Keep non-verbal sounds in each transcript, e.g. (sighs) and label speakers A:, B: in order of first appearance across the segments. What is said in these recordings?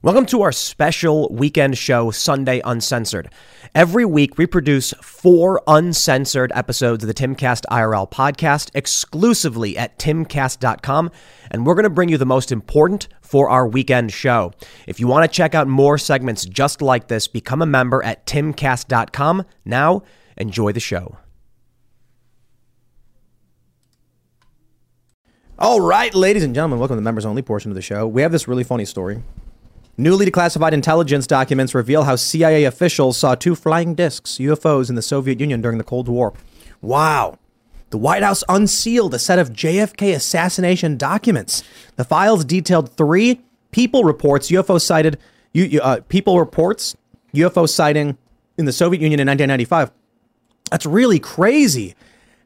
A: Welcome to our special weekend show, Sunday Uncensored. Every week, we produce four uncensored episodes of the Timcast IRL podcast exclusively at timcast.com, and we're going to bring you the most important for our weekend show. If you want to check out more segments just like this, become a member at timcast.com. Now, enjoy the show.
B: All right, ladies and gentlemen, welcome to the members only portion of the show. We have this really funny story. Newly declassified intelligence documents reveal how CIA officials saw two flying discs, UFOs, in the Soviet Union during the Cold War. Wow. The White House unsealed a set of JFK assassination documents. The files detailed three people reports UFO sighted U- U- uh, people reports UFO sighting in the Soviet Union in 1995. That's really crazy.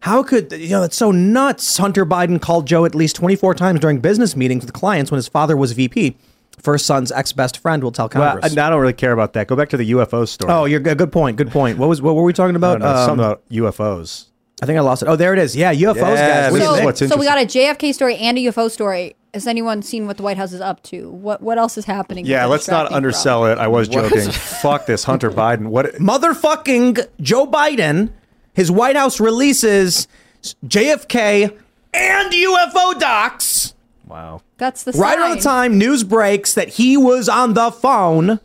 B: How could you know? That's so nuts. Hunter Biden called Joe at least 24 times during business meetings with clients when his father was VP. First son's ex best friend will tell
C: Well, I,
B: Congress.
C: I don't really care about that. Go back to the UFO story.
B: oh, you're good. Good point. Good point. What was what were we talking
C: I
B: about?
C: don't know,
B: Um,
C: something about UFOs.
B: I think I lost it. Oh, there it is. Yeah, UFOs,
C: Yeah, This is
B: guys. What do you
D: so,
B: think?
C: what's
D: so we got a JFK story and a UFO story. Has anyone seen what the White House is up to? What what else is happening?
C: Yeah,
D: They're
C: let's not
D: distracting
C: undersell
D: from?
C: it. I
D: (laughs)
C: was joking. Fuck this Hunter Biden. What?
B: Motherfucking Joe Biden, his White House releases JFK and UFO docs.
C: Wow.
D: That's the
B: Right around the time news breaks that he was on the phone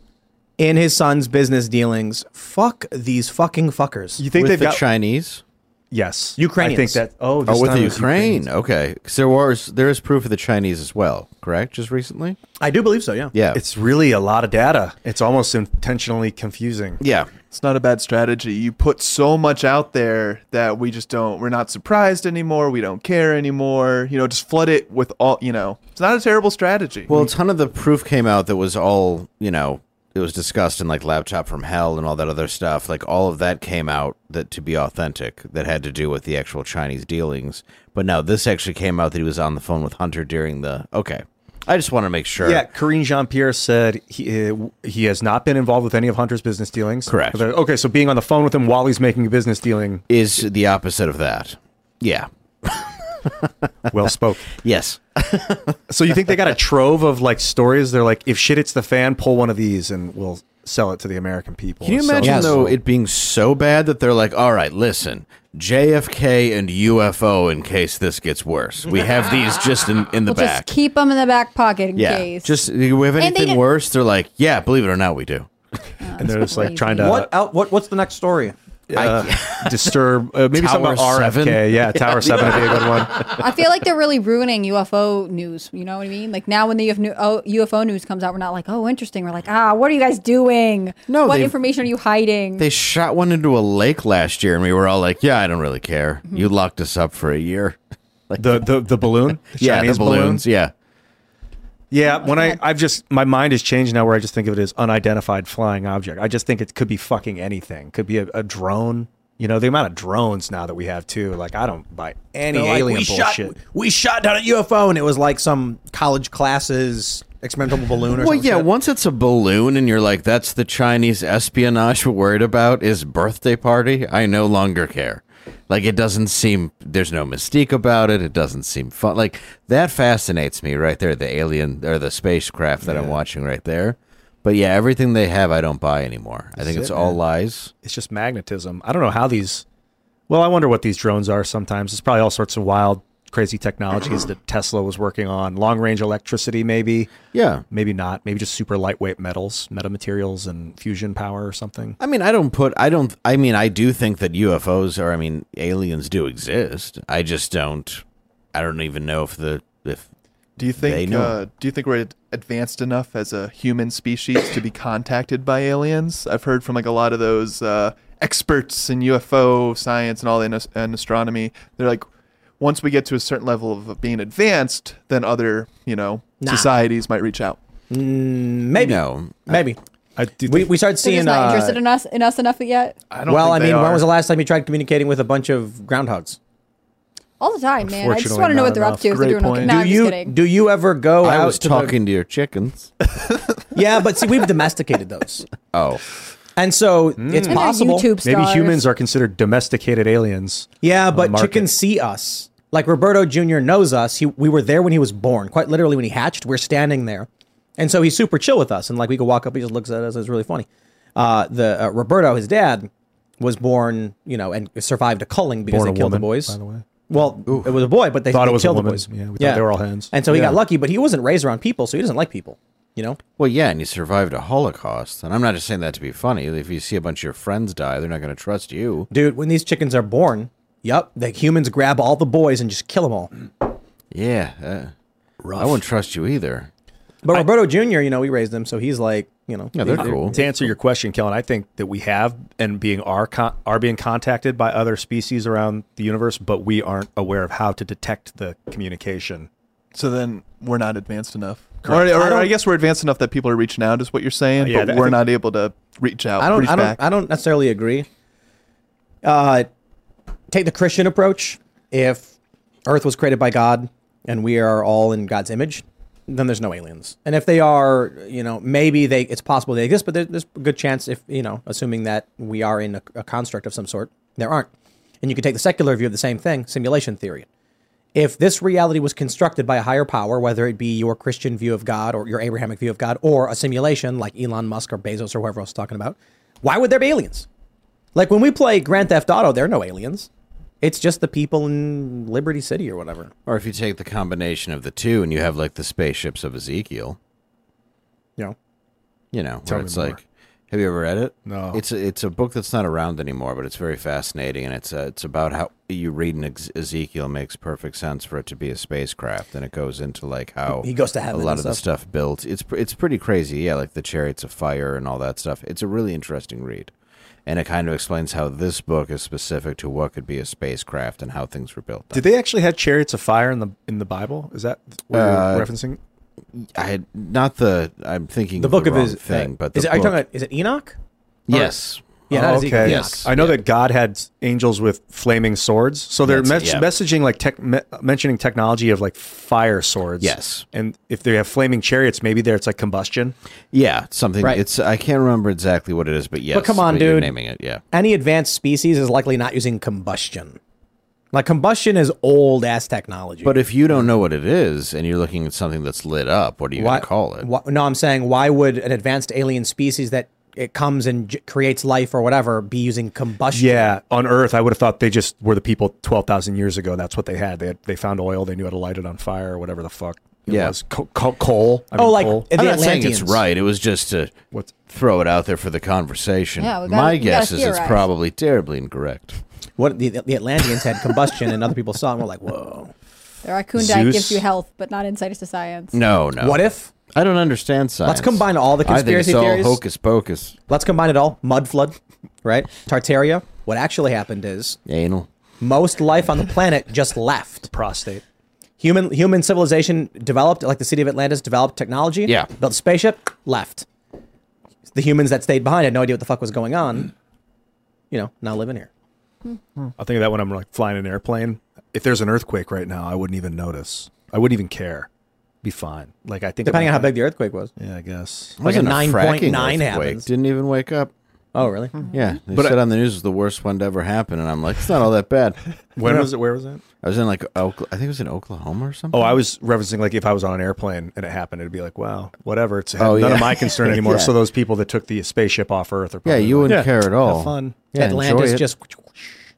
B: in his son's business dealings. Fuck these fucking fuckers.
C: You think
E: with
C: they've
E: the
C: got?
E: Chinese?
C: yes,
B: Ukrainians.
C: I think that. Oh, this
E: Oh, with
C: time
E: the
C: it was
E: Ukraine.
C: Ukrainians.
E: Okay, because there was there is proof of the Chinese as well, correct? Just recently.
B: I do believe so, yeah.
E: Yeah.
C: It's really a lot of data. It's almost intentionally confusing.
E: yeah.
F: It's not a bad strategy. You put so much out there that we just don't, we're not surprised anymore. We don't care anymore. You know, just flood it with all, you know, it's not a terrible strategy.
E: Well, a ton of the proof came out that was all you know. It was discussed in like laptop from hell and all that other stuff. Like all of that came out that to be authentic, that had to do with the actual Chinese dealings. But now this actually came out that he was on the phone with Hunter during the. Okay, I just want to make sure.
C: Yeah, Karine Jean Pierre said he uh, he has not been involved with any of Hunter's business dealings.
E: Correct.
C: Okay, so being on the phone with him while he's making a business dealing,
E: is the opposite of that. Yeah.
C: (laughs) well spoke.
E: Yes.
C: (laughs) So you think they got a trove of like stories? They're like, if shit hits the fan, pull one of these and we'll sell it to the American people.
E: Can you
C: Or sell
E: imagine
C: it to-
E: though it being so bad that they're like, "All right, listen, JFK and UFO in case this gets worse. We have these just in, in the
D: We'll
E: back.
D: just keep them in the back pocket in
E: yeah,
D: case.
E: just do we have
D: they
E: anything
D: didn't-
E: worse? They're like, yeah, believe it or not, we do.
C: and they're just like
D: crazy.
C: trying
E: uh,
C: to
B: what, el what what's the next story?
C: (laughs) uh, disturb. Uh, maybe
E: Tower
C: something about RFK.
E: seven?
C: Yeah, Tower Seven would be a good one. (laughs)
D: I feel like they're really ruining UFO news. You know what I mean? Like now when the UFO, oh, UFO news comes out, we're not like, oh, interesting. We're like, ah, what are you guys doing?
E: No,
D: what
E: they-
D: information are you
E: (laughs)
D: hiding?
E: They shot one into a lake last year, and we were all like, yeah, I don't really care.
D: Mm-hmm.
E: You locked us up for a year. (laughs)
C: The the the balloon. The
E: yeah, the
C: Chinese
E: balloons.
C: balloon.
E: Yeah.
C: Yeah, when I
D: God.
C: I've just my mind has changed now, where I just think of it as unidentified flying object. I just think it could be fucking anything. Could be a, a drone. You know the amount of drones now that we have too. Like I don't buy any
B: They're like,
C: alien
B: we
C: bullshit.
B: Shot, we shot down a UFO and it was like some college classes experimental balloon or
E: Well,
B: some
E: yeah,
B: shit.
E: once it's a balloon and you're like, that's the Chinese espionage we're worried about is birthday party, I no longer care. Like, it doesn't seem, there's no mystique about it. It doesn't seem fun. Like, that fascinates me right there, the alien or the spacecraft that I'm watching right there. But yeah, everything they have, I don't buy anymore. I think it's all lies.
C: it's just magnetism. I don't know how these. Well, I wonder what these drones are. Sometimes it's probably all sorts of wild, crazy technologies that Tesla was working on. Long range electricity, maybe.
E: Yeah.
C: Maybe not. Maybe just super lightweight metals, metamaterials, and fusion power or something.
E: I mean, I don't put, I don't, I mean, I do think that UFOs are, I mean, aliens do exist. I just don't, I don't even know if the, if,
F: do you
E: they
F: think,
E: know.
F: uh, do you think we're ad- advanced enough as a human species to be contacted by aliens? I've heard from like a lot of those uh, experts in UFO science and all in, as- and astronomy. They're like, once we get to a certain level of being advanced, then other, you know, societies might reach out.
B: maybe
E: no.
B: Mm, maybe
C: I do
B: we, we started
D: they're just
B: seeing
D: not
B: uh,
D: interested in us in us enough yet.
F: I don't
B: well, I
F: think they
B: mean, when
F: are.
B: was the last time you tried communicating with a bunch of groundhogs?
D: All the time, man. I just
C: Unfortunately,
D: want to know
C: not
D: what they're up
C: enough.
D: to. If they're
F: Great
D: doing okay.
F: point.
D: No,
B: do
D: I'm
B: you
D: just kidding.
B: do you ever go
E: I
B: out
E: was
B: to
E: talking to your
B: (laughs)
E: chickens.
B: The, yeah, but see, we've domesticated those,
E: Oh,
B: and so
C: Mm.
B: it's
D: And they're
B: possible.
D: YouTube
C: Maybe
D: stars.
C: humans are considered domesticated aliens.
B: Yeah,
C: on the
B: but
C: market.
B: chickens see us. Like Roberto Jr. knows us. He, we were there when he was born. Quite literally, when he hatched, we're standing there. And so he's super chill with us, and like we could walk up, he just looks at us. It's really funny. Uh, the uh, Roberto, his dad, was born, you know, and survived a culling because
C: Born
B: they
C: a
B: killed
C: woman,
B: the boys.
C: by the way.
B: Well, it was a boy, but they
C: Thought it
B: they
C: was a
B: killed
C: woman.
B: the boys.
C: Yeah, we thought they were all hens.
B: And so he
C: Yeah.
B: got lucky, but he wasn't raised around people, so he doesn't like people. You know,
E: Well, yeah, and you survived a Holocaust. And I'm not just saying that to be funny. If you see a bunch of your friends die, they're not going to trust you.
B: dude. When these chickens are born, yep, the humans grab all the boys and just kill them all.
E: Yeah. Uh, I won't trust you either.
B: But Roberto Jr., you know, we raised him, so he's like, you know,
E: Yeah, they're cool.
C: To answer your question, Kellen, I think that we have and being are con- are being contacted by other species around the universe, but we aren't aware of how to detect the communication.
F: So then we're not advanced enough. Or, or I, guess we're advanced enough that people are reaching out, is what you're saying,
C: Yeah,
F: but
C: I
F: we're
C: think-
F: not able to reach out.
B: I don't,
F: reach
B: I
F: back.
B: don't, I don't necessarily agree. Uh, take the Christian approach. If Earth was created by God and we are all in God's image, then there's no aliens. And if they are, you know, maybe they, it's possible they exist, but there, there's a good chance if you know, assuming that we are in a, a construct of some sort, there aren't. And you can take the secular view of the same thing, simulation theory. If this reality was constructed by a higher power, whether it be your Christian view of God or your Abrahamic view of God or a simulation like Elon Musk or Bezos or whoever else is talking about, why would there be aliens? Like when we play Grand Theft Auto, there are no aliens. It's just the people in Liberty City or whatever.
E: Or if you take the combination of the two and you have like the spaceships of Ezekiel,
B: You know,
E: you know,
C: Tell
E: where
C: me
E: it's
C: more.
E: like, have you ever read it?
C: No.
E: It's a, it's a book that's not around anymore, but it's very fascinating, and it's uh it's about how you read an ex- Ezekiel makes perfect sense for it to be a spacecraft, and it goes into like how
B: He goes to
E: a
B: heaven
E: lot
B: and
E: of the
B: stuff.
E: stuff built. It's pr- it's pretty crazy, yeah, like the chariots of fire and all that stuff. It's a really interesting read, and it kind of explains how this book is specific to what could be a spacecraft and how things were built.
C: Did they actually have chariots of fire in the in the Bible? Is that what
E: Uh,
C: you're referencing?
E: I had not the I'm thinking
B: the book of
E: wrong
B: his
E: thing,
B: uh,
E: but the
B: is it, are you
E: book-
B: talking about? Is it Enoch?
E: yes.
B: Yeah,
C: Oh,
B: not Ezekiel.
C: okay.
E: Yes.
C: I know
E: Yeah.
C: that God had angels with flaming swords, so they're
E: That's-
C: mes-
E: yeah.
C: messaging like tech, me- mentioning technology of like fire swords.
E: Yes.
C: and if they have flaming chariots, maybe there it's like combustion.
E: Yeah, something.
B: Right.
E: It's I can't remember exactly what it is, but yes.
B: come on,
E: You're
B: dude.
E: naming it, yeah.
B: Any advanced species is likely not using combustion. Like combustion is old ass technology.
E: But if you don't know what it is, and you're looking at something that's lit up, what are you going to call it?
B: why- no, I'm saying why would an advanced alien species that it comes and j- creates life or whatever be using combustion?
C: Yeah, on Earth, I would have thought they just were the people twelve thousand years ago. That's what they had. They had, they found oil. They knew how to light it on fire or whatever the fuck. It
E: Yeah.
C: was. Co- co- coal. I
B: Oh, like
C: coal.
B: the
E: I'm not saying
B: Atlanteans.
E: it's right. It was just to
C: What's-
E: throw it out there for the conversation.
D: Yeah, we gotta-
E: My
D: we gotta
E: guess is it's
D: theorize.
E: probably terribly incorrect.
B: What the, the Atlanteans had combustion, and other people saw it and were like, "Whoa,
D: The raccoon diet gives
C: Zeus?
D: you health, but not insight to science.
E: Oh, No, no.
B: what if?"
E: I don't understand science.
B: combine all the
E: I think it's
B: conspiracy theories.
E: all hocus pocus.
B: Let's combine it all. Mud flood, right? Tartaria. What actually happened is
E: Anal.
B: most life on the planet just left.
C: prostate?
B: Human human civilization developed, like the city of Atlantis developed technology.
E: Yeah.
B: Built a spaceship, left. The humans that stayed behind had no idea what the fuck was going on. You know, now living here.
C: Hmm. I think of that when I'm like flying an airplane. If there's an earthquake right now, I wouldn't even notice. I wouldn't even care. Be fine. Like I think
B: Depending on how
C: about
B: big the earthquake was.
C: that. Yeah, I guess.
B: Like a
E: Wasn't fracking
B: 9.9
E: earthquake.
B: happens.
E: Didn't even wake up. Hmm.
B: Oh, really?
E: Yeah, they
C: But
E: said
C: I-
E: on the news it was the worst one to ever happen, and I'm like, it's not all that bad.
C: (laughs) When was it? Where was it?
E: I was in like, Oak- I think it was in Oklahoma or something.
C: Oh, I was referencing like if I was on an airplane and it happened, it'd be like, wow, whatever. It's
E: Oh,
C: none
E: yeah.
C: of my concern anymore.
E: (laughs) Yeah.
C: So those people that took the spaceship off Earth are
E: Yeah,
C: probably
E: you
C: like,
E: wouldn't
C: "Yeah,
E: care at all.
C: Have fun.
E: Yeah, enjoy
B: Atlantis
E: it.
B: just.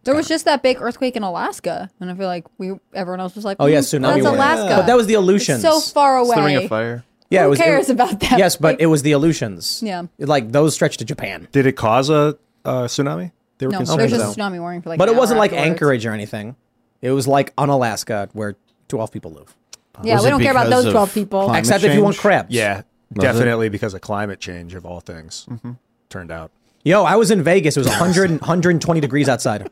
D: There was just that big earthquake in Alaska, and I feel like we everyone else was like,
B: Oh, yeah,
D: "Mm,
B: tsunami
D: That's
B: warning.
D: Alaska,
B: But that was the
D: It's
B: Aleutians.
D: so far away.
F: It's the Ring of Fire.
B: Yeah,
D: Who
B: it was, it-
D: cares about that?
B: Yes, but
D: Like,
B: it was the Aleutians.
D: Yeah.
B: Like those stretched to Japan.
C: Did it cause a uh, tsunami? They were
D: no,
C: concerned
D: there's
C: about
D: just a tsunami warning for like.
B: But
D: an
B: it wasn't
D: hour
B: like
D: afterwards.
B: Anchorage or anything. It was like on Alaska where 12 people live.
D: Yeah,
E: Was
D: we
E: it
D: don't care about
E: because
D: those
E: of
D: twelve people.
E: climate
B: Except if you want
E: change?
B: crabs.
C: Yeah, definitely because of climate change of all things.
E: Mm-hmm.
C: Turned out.
B: Yo, I was in Vegas. It was 100, 120 degrees outside.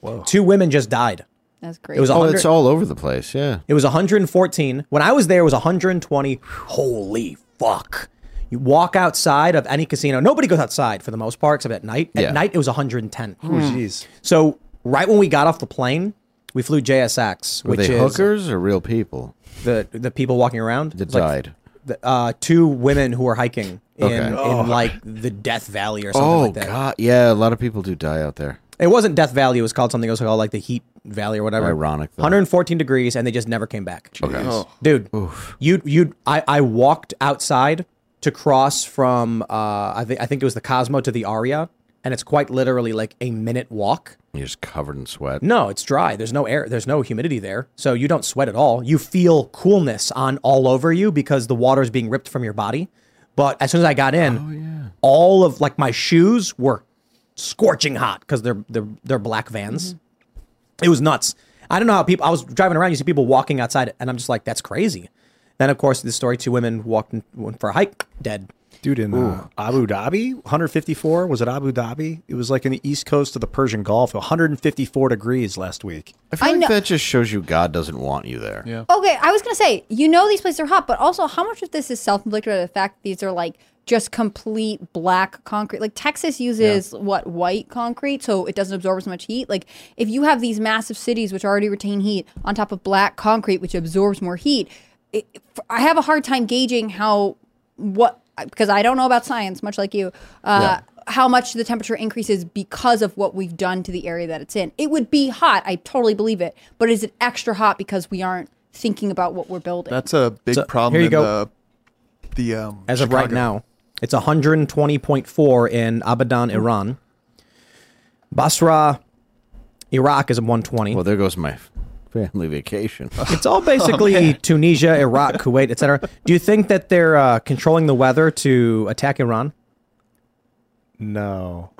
B: Whoa. Two women just died.
D: That's great.
B: It was
E: Oh,
B: 100,
E: it's all over the place. Yeah.
B: It was 114. When I was there, it was 120. Holy fuck. You walk outside of any casino. Nobody goes outside for the most part, except at night. At
E: Yeah. Oh,
B: night, it was 110.
C: Jeez.
B: So right when we got off the plane, we flew JSX,
E: Were
B: which
E: they
B: is
E: hookers or real people
B: the the people walking around.
E: that
B: It's like
E: died?
B: the, uh, two women who were hiking in,
E: Okay.
B: in like the Death Valley or something
E: Oh
B: like that.
E: God, yeah, a lot of people do die out there.
B: It wasn't Death Valley. It was called something else called like the Heat Valley or whatever.
E: Ironic, though.
B: 114 degrees, and they just never came back.
E: Okay.
B: Dude, you you I I walked outside to cross from uh I think I think it was the Cosmo to the Aria, and it's quite literally like a minute walk.
E: You're just covered in sweat.
B: No, it's dry. There's no air. There's no humidity there, so you don't sweat at all. You feel coolness on all over you because the water is being ripped from your body. But as soon as I got in,
E: Oh,
B: all of like my shoes were scorching hot because they're they're they're black Vans. It was nuts. I don't know how people. I was driving around. You see people walking outside, and I'm just like, that's crazy. Then of course the story: two women walked in, went for a hike, dead.
C: Dude, in uh, Abu Dhabi, 154 was it Abu Dhabi? It was like in the east coast of the Persian Gulf, 154 degrees last week.
E: I feel
D: I
E: like
D: know-
E: that just shows you God doesn't want you there. Yeah.
D: Okay, I was gonna say, you know, these places are hot, but also, how much of this is self-inflicted by the fact that these are like just complete black concrete? Like Texas uses what white concrete, so it doesn't absorb as much heat. Like if you have these massive cities which already retain heat on top of black concrete, which absorbs more heat, it, I have a hard time gauging how what because I don't know about science, much like you. Uh, How much the temperature increases because of what we've done to the area that it's in? It would be hot, I totally believe it, but is it extra hot because we aren't thinking about what we're building?
F: That's a big
B: So,
F: problem
B: here you
F: in
B: go.
F: the the um
B: As of right
F: Chicago.
B: now, it's 120.4 in Abadan, Iran. Basra, Iraq is 120.
E: Well, there goes my family vacation.
B: (laughs) it's
F: (laughs)
B: all
F: Oh,
B: basically Tunisia, Iraq, Kuwait, etc. Do you think that they're uh, controlling the weather to attack Iran?
C: No.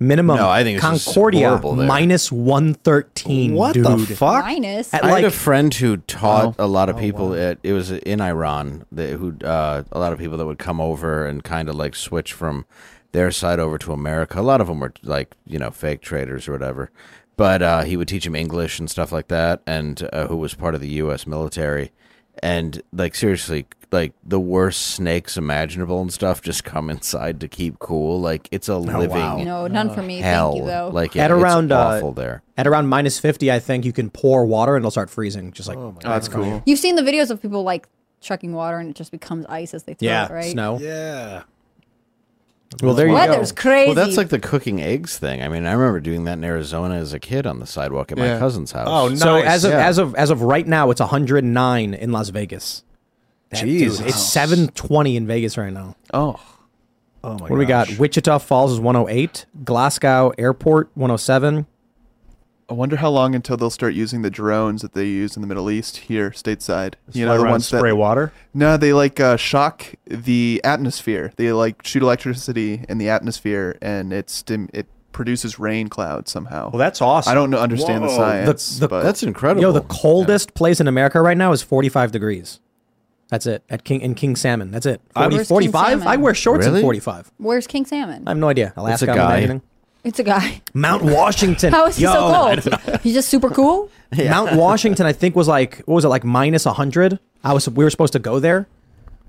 B: Minimum.
E: No, I think it's just
B: Concordia
E: horrible there.
B: minus 113.
C: What
B: dude.
C: the fuck?
D: Minus.
B: At
E: I
B: like Oh.
E: had a friend who taught a lot of people. At, it was in Iran that who uh, a lot of people that would come over and kind of like switch from their side over to America. A lot of them were like you know fake traders or whatever. But uh, he would teach him English and stuff like that, and uh, who was part of the U.S. military. And like seriously, like the worst snakes imaginable and stuff just come (laughs) inside to keep cool. Like it's a living
D: no, none for me.
E: hell.
D: Thank you, though.
E: Like
B: Oh, At
E: it- it's
B: around, uh,
E: awful there.
B: at around minus 50, I think you can pour water and it'll start freezing. Just like
F: Oh, that's cool.
D: You've seen the videos of people like chucking water and it just becomes ice as they throw
B: yeah,
D: it, right?
B: snow.
C: Yeah.
B: Well, there you go.
D: Weather's crazy.
E: Well, that's like the cooking eggs thing. I mean, I remember doing that in Arizona as a kid on the sidewalk at my
F: Yeah.
E: cousin's house.
C: Oh,
B: So
C: Nice.
B: as of
E: Yeah.
B: as of as of right now, it's 109 in Las Vegas. That- dude,
C: Jesus.
B: it's 720 in Vegas right now.
F: Oh,
C: Oh my
B: What do we got? Wichita Falls is 108. Glasgow Airport 107.
F: I wonder how long until they'll start using the drones that they use in the Middle East here stateside.
C: You know, the ones spray
F: that
C: water.
F: no, they like uh, shock the atmosphere. They like shoot electricity in the atmosphere, and it stim- it produces rain clouds somehow.
C: Well, that's awesome.
F: I don't know, understand the
C: Whoa.
F: science,
B: the-
F: but
E: that's incredible.
B: Yo, the coldest place in America right now is 45 degrees. That's it at King in King Salmon. That's it. 40,
D: Where's King
B: 45.
D: Salmon?
B: I wear shorts
E: Really?
B: in 45.
D: Where's king salmon?
B: I have no idea. Alaska. I'm
E: guy.
B: imagining.
D: it's a guy.
B: (laughs) Mount
D: (laughs)
B: Washington.
D: How is he
B: Yo,
D: so (laughs) cold? He's just super
B: (laughs)
D: cool.
B: Mount Washington, I think was like what was it like minus 100? I was we were supposed to go there,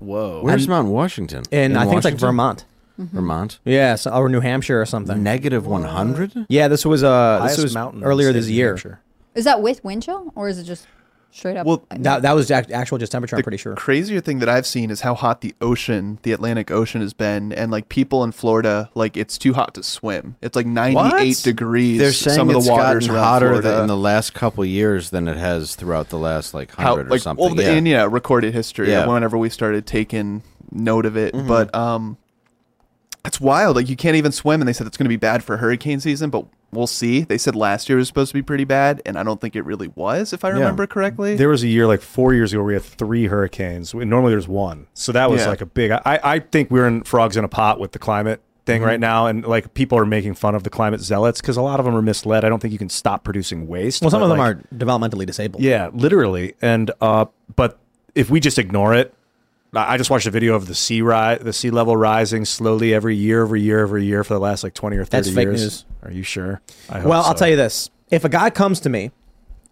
E: Whoa. Where's Mount Washington?
B: and I think it's like
E: Washington? Mm-hmm.
B: Vermont.
E: Vermont.
B: Yeah, so, or New Hampshire or something.
E: Negative 100?
B: Yeah, this was uh this
C: Highest
B: was
C: mountain in
B: earlier
C: the state
B: this
C: of New
B: year.
C: Hampshire.
D: Is that with wind chill or is it just straight up?
F: Well,
B: That that was act- actual just temperature. I'm pretty sure.
F: crazier thing that I've seen is how hot the ocean, the Atlantic Ocean, has been, and like people in Florida, like it's too hot to swim. It's like ninety-eight
C: What?
F: degrees.
E: They're saying
F: some of the
E: it's
F: waters
E: gotten
F: around
E: hotter
F: Florida.
E: than in the last couple years than it has throughout the last like
F: how
E: 100 or
F: like
E: something.
F: well, the,
E: yeah.
F: in yeah recorded history
E: Yeah. Mm-hmm.
F: whenever we started taking note of it but um it's wild like you can't even swim and they said it's going to be bad for hurricane season but we'll see they said last year was supposed to be pretty bad and i don't think it really was if i remember correctly
C: There was a year like four years ago where we had three hurricanes. We- Normally there's one. So that was
F: Yeah.
C: like a big. I, I think we're in frogs in a pot with the climate thing
B: Mm-hmm.
C: right now. And like people are making fun of the climate zealots because a lot of them are misled. I don't think you can stop producing waste.
B: Well, some
C: but,
B: of them
C: like,
B: are developmentally disabled.
C: Yeah, literally. And uh, but if we just ignore it, I I just watched a video of the sea rise, the sea level rising slowly every year, every year, every year for the last like twenty or thirty
B: That's fake
C: years.
B: news.
C: Are you sure? I hope
B: Well, I'll
C: so.
B: tell you this: if a guy comes to me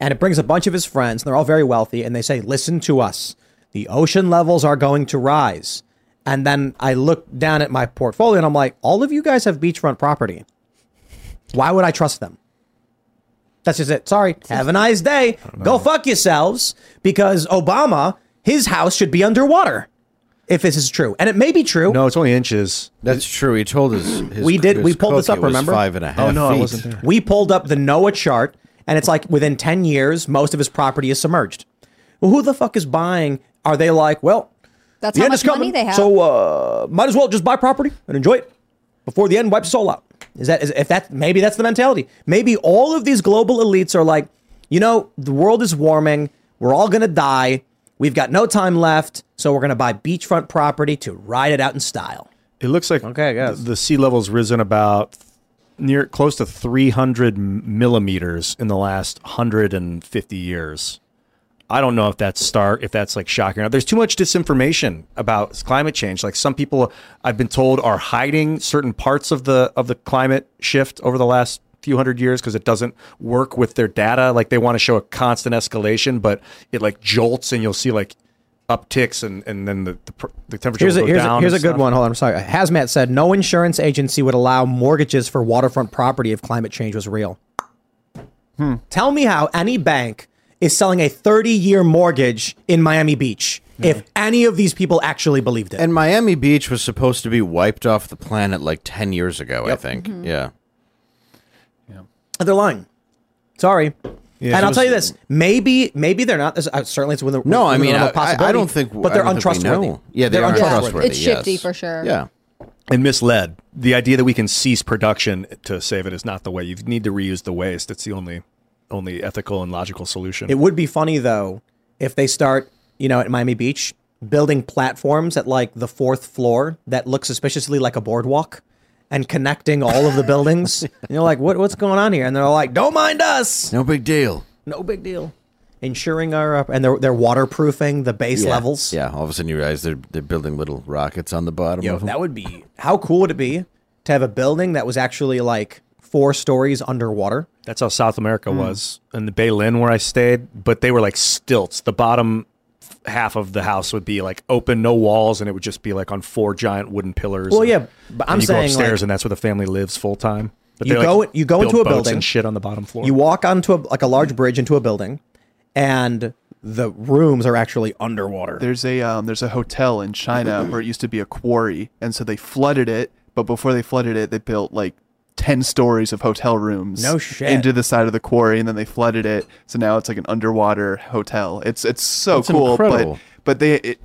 B: and it brings a bunch of his friends, and they're all very wealthy, and they say, "Listen to us, the ocean levels are going to rise," and then I look down at my portfolio and I'm like, "All of you guys have beachfront property. Why would I trust them?" That's just it. Sorry. Have a nice day. Go fuck yourselves because Obama, his house should be underwater. if this is true, and it may be true.
C: No, it's only inches.
E: That's true. He told us. His,
B: We did-
E: his
B: we pulled this
E: cookie
B: up,
E: was
B: remember?
E: Five and a half.
C: Oh, no, I
E: feet.
C: wasn't there.
B: We pulled up the NOAA chart, and it's like within 10 years, most of his property is submerged. Well, who the fuck is buying? Are they like, well,
D: That's
B: the
D: how
B: end
D: much
B: is coming,
D: money they have.
B: so uh, might as well just buy property and enjoy it before the end wipes us all out. Is that is, if that maybe that's the mentality? Maybe all of these global elites are like, you know, the world is warming, we're all gonna die, we've got no time left, so we're gonna buy beachfront property to ride it out in style.
C: It looks like
B: Okay, I guess.
C: th- the sea level's risen about near close to 300 m- millimeters in the last 150 years. I don't know if that's star if that's like shocking or not. There's too much disinformation about climate change. Like some people I've been told are hiding certain parts of the of the climate shift over the last few hundred years because it doesn't work with their data. Like they want to show a constant escalation, but it like jolts and you'll see like upticks and and then the the, pr- the temperature
B: Here's
C: will
B: a,
C: go
B: here's,
C: down.
B: a, here's a
C: and
B: good
C: stuff.
B: one. Hold on. I'm sorry. Hazmat said no insurance agency would allow mortgages for waterfront property if climate change was real.
E: Hmm.
B: Tell me how any bank is selling a 30 year mortgage in Miami Beach if any of these people actually believed it.
E: And Miami Beach was supposed to be wiped off the planet like ten years ago. I think.
B: Mm-hmm.
E: Yeah.
B: they're lying. Sorry. and I'll
C: so
B: tell you
C: this-
B: this: maybe, maybe they're not. this- uh, certainly, it's within the
E: No, I
B: within the
E: mean,
B: realm
E: I,
B: of
E: I-
B: possibility,
E: I don't think.
B: But they're
E: I don't think we
B: untrustworthy.
E: know. Yeah, they
B: They're
E: are
B: untrustworthy.
E: untrustworthy.
D: It's shifty
E: yes.
D: for sure.
E: Yeah.
C: and misled. The idea that we can cease production to save it is not the way. You need to reuse the waste. It's the only only ethical and logical solution.
B: It would be funny though if they start, you know, at Miami Beach building platforms at like the fourth floor that look suspiciously like a boardwalk and connecting all of
C: (laughs)
B: the buildings. and you're like, what, what's going on here? And they're like, don't mind us.
E: No big deal.
B: No big deal. Ensuring our up and they're they're waterproofing the base
E: Yeah.
B: levels.
E: Yeah. All of a sudden, you realize they're they're building little rockets on the bottom
B: Yo,
E: of them.
B: that would be how cool would it be to have a building that was actually like four stories underwater?
C: That's how South America
B: Hmm.
C: was in the Baylin where I stayed, but they were like stilts. The bottom f- half of the house would be like open, no walls, and it would just be like on four giant wooden pillars.
B: Well,
C: and-
B: yeah, but I'm
C: and you
B: saying,
C: go upstairs,
B: like-
C: and that's where the family lives full time. But
B: You
C: they, like,
B: go- you go
C: build
B: into a
C: boats
B: building,
C: and shit on the bottom floor.
B: You walk onto a, like a large bridge into a building, and the rooms are actually underwater.
F: There's a um, there's a hotel in China where it used to be a quarry, and so they flooded it. But before they flooded it, they built like ten stories of hotel rooms.
B: No shit.
F: Into the side of the quarry, and then they flooded it. So now it's like an underwater hotel. It's it's so
E: That's
F: cool,
E: incredible.
F: but but they. It,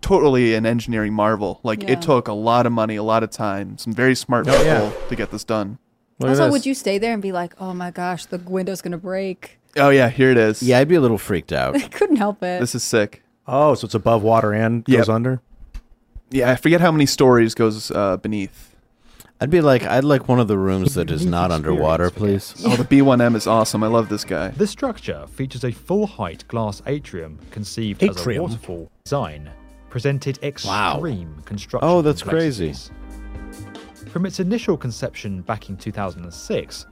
F: Totally an engineering marvel. Like
D: Yeah.
F: it took a lot of money, a lot of time, some very smart people to get this done.
D: also, would you stay there and be like, "Oh my gosh, the window's gonna break"?
F: Oh yeah, here it is.
E: Yeah, I'd be a little freaked
B: Oh.
D: (laughs)
E: out.
D: I couldn't help it.
F: this is sick.
C: oh, so it's above water and goes
F: Yep.
C: under.
F: Yeah, I forget how many stories goes uh, beneath.
E: I'd be like, I'd like one of the rooms that is not underwater, please.
F: Oh, the B1M is awesome. I love this guy.
G: This structure features a full height glass atrium conceived as a
B: Atrium?
G: waterfall design, presented extreme
E: Wow.
G: construction.
E: Oh, that's crazy.
G: complexities. From its initial conception back in 2006,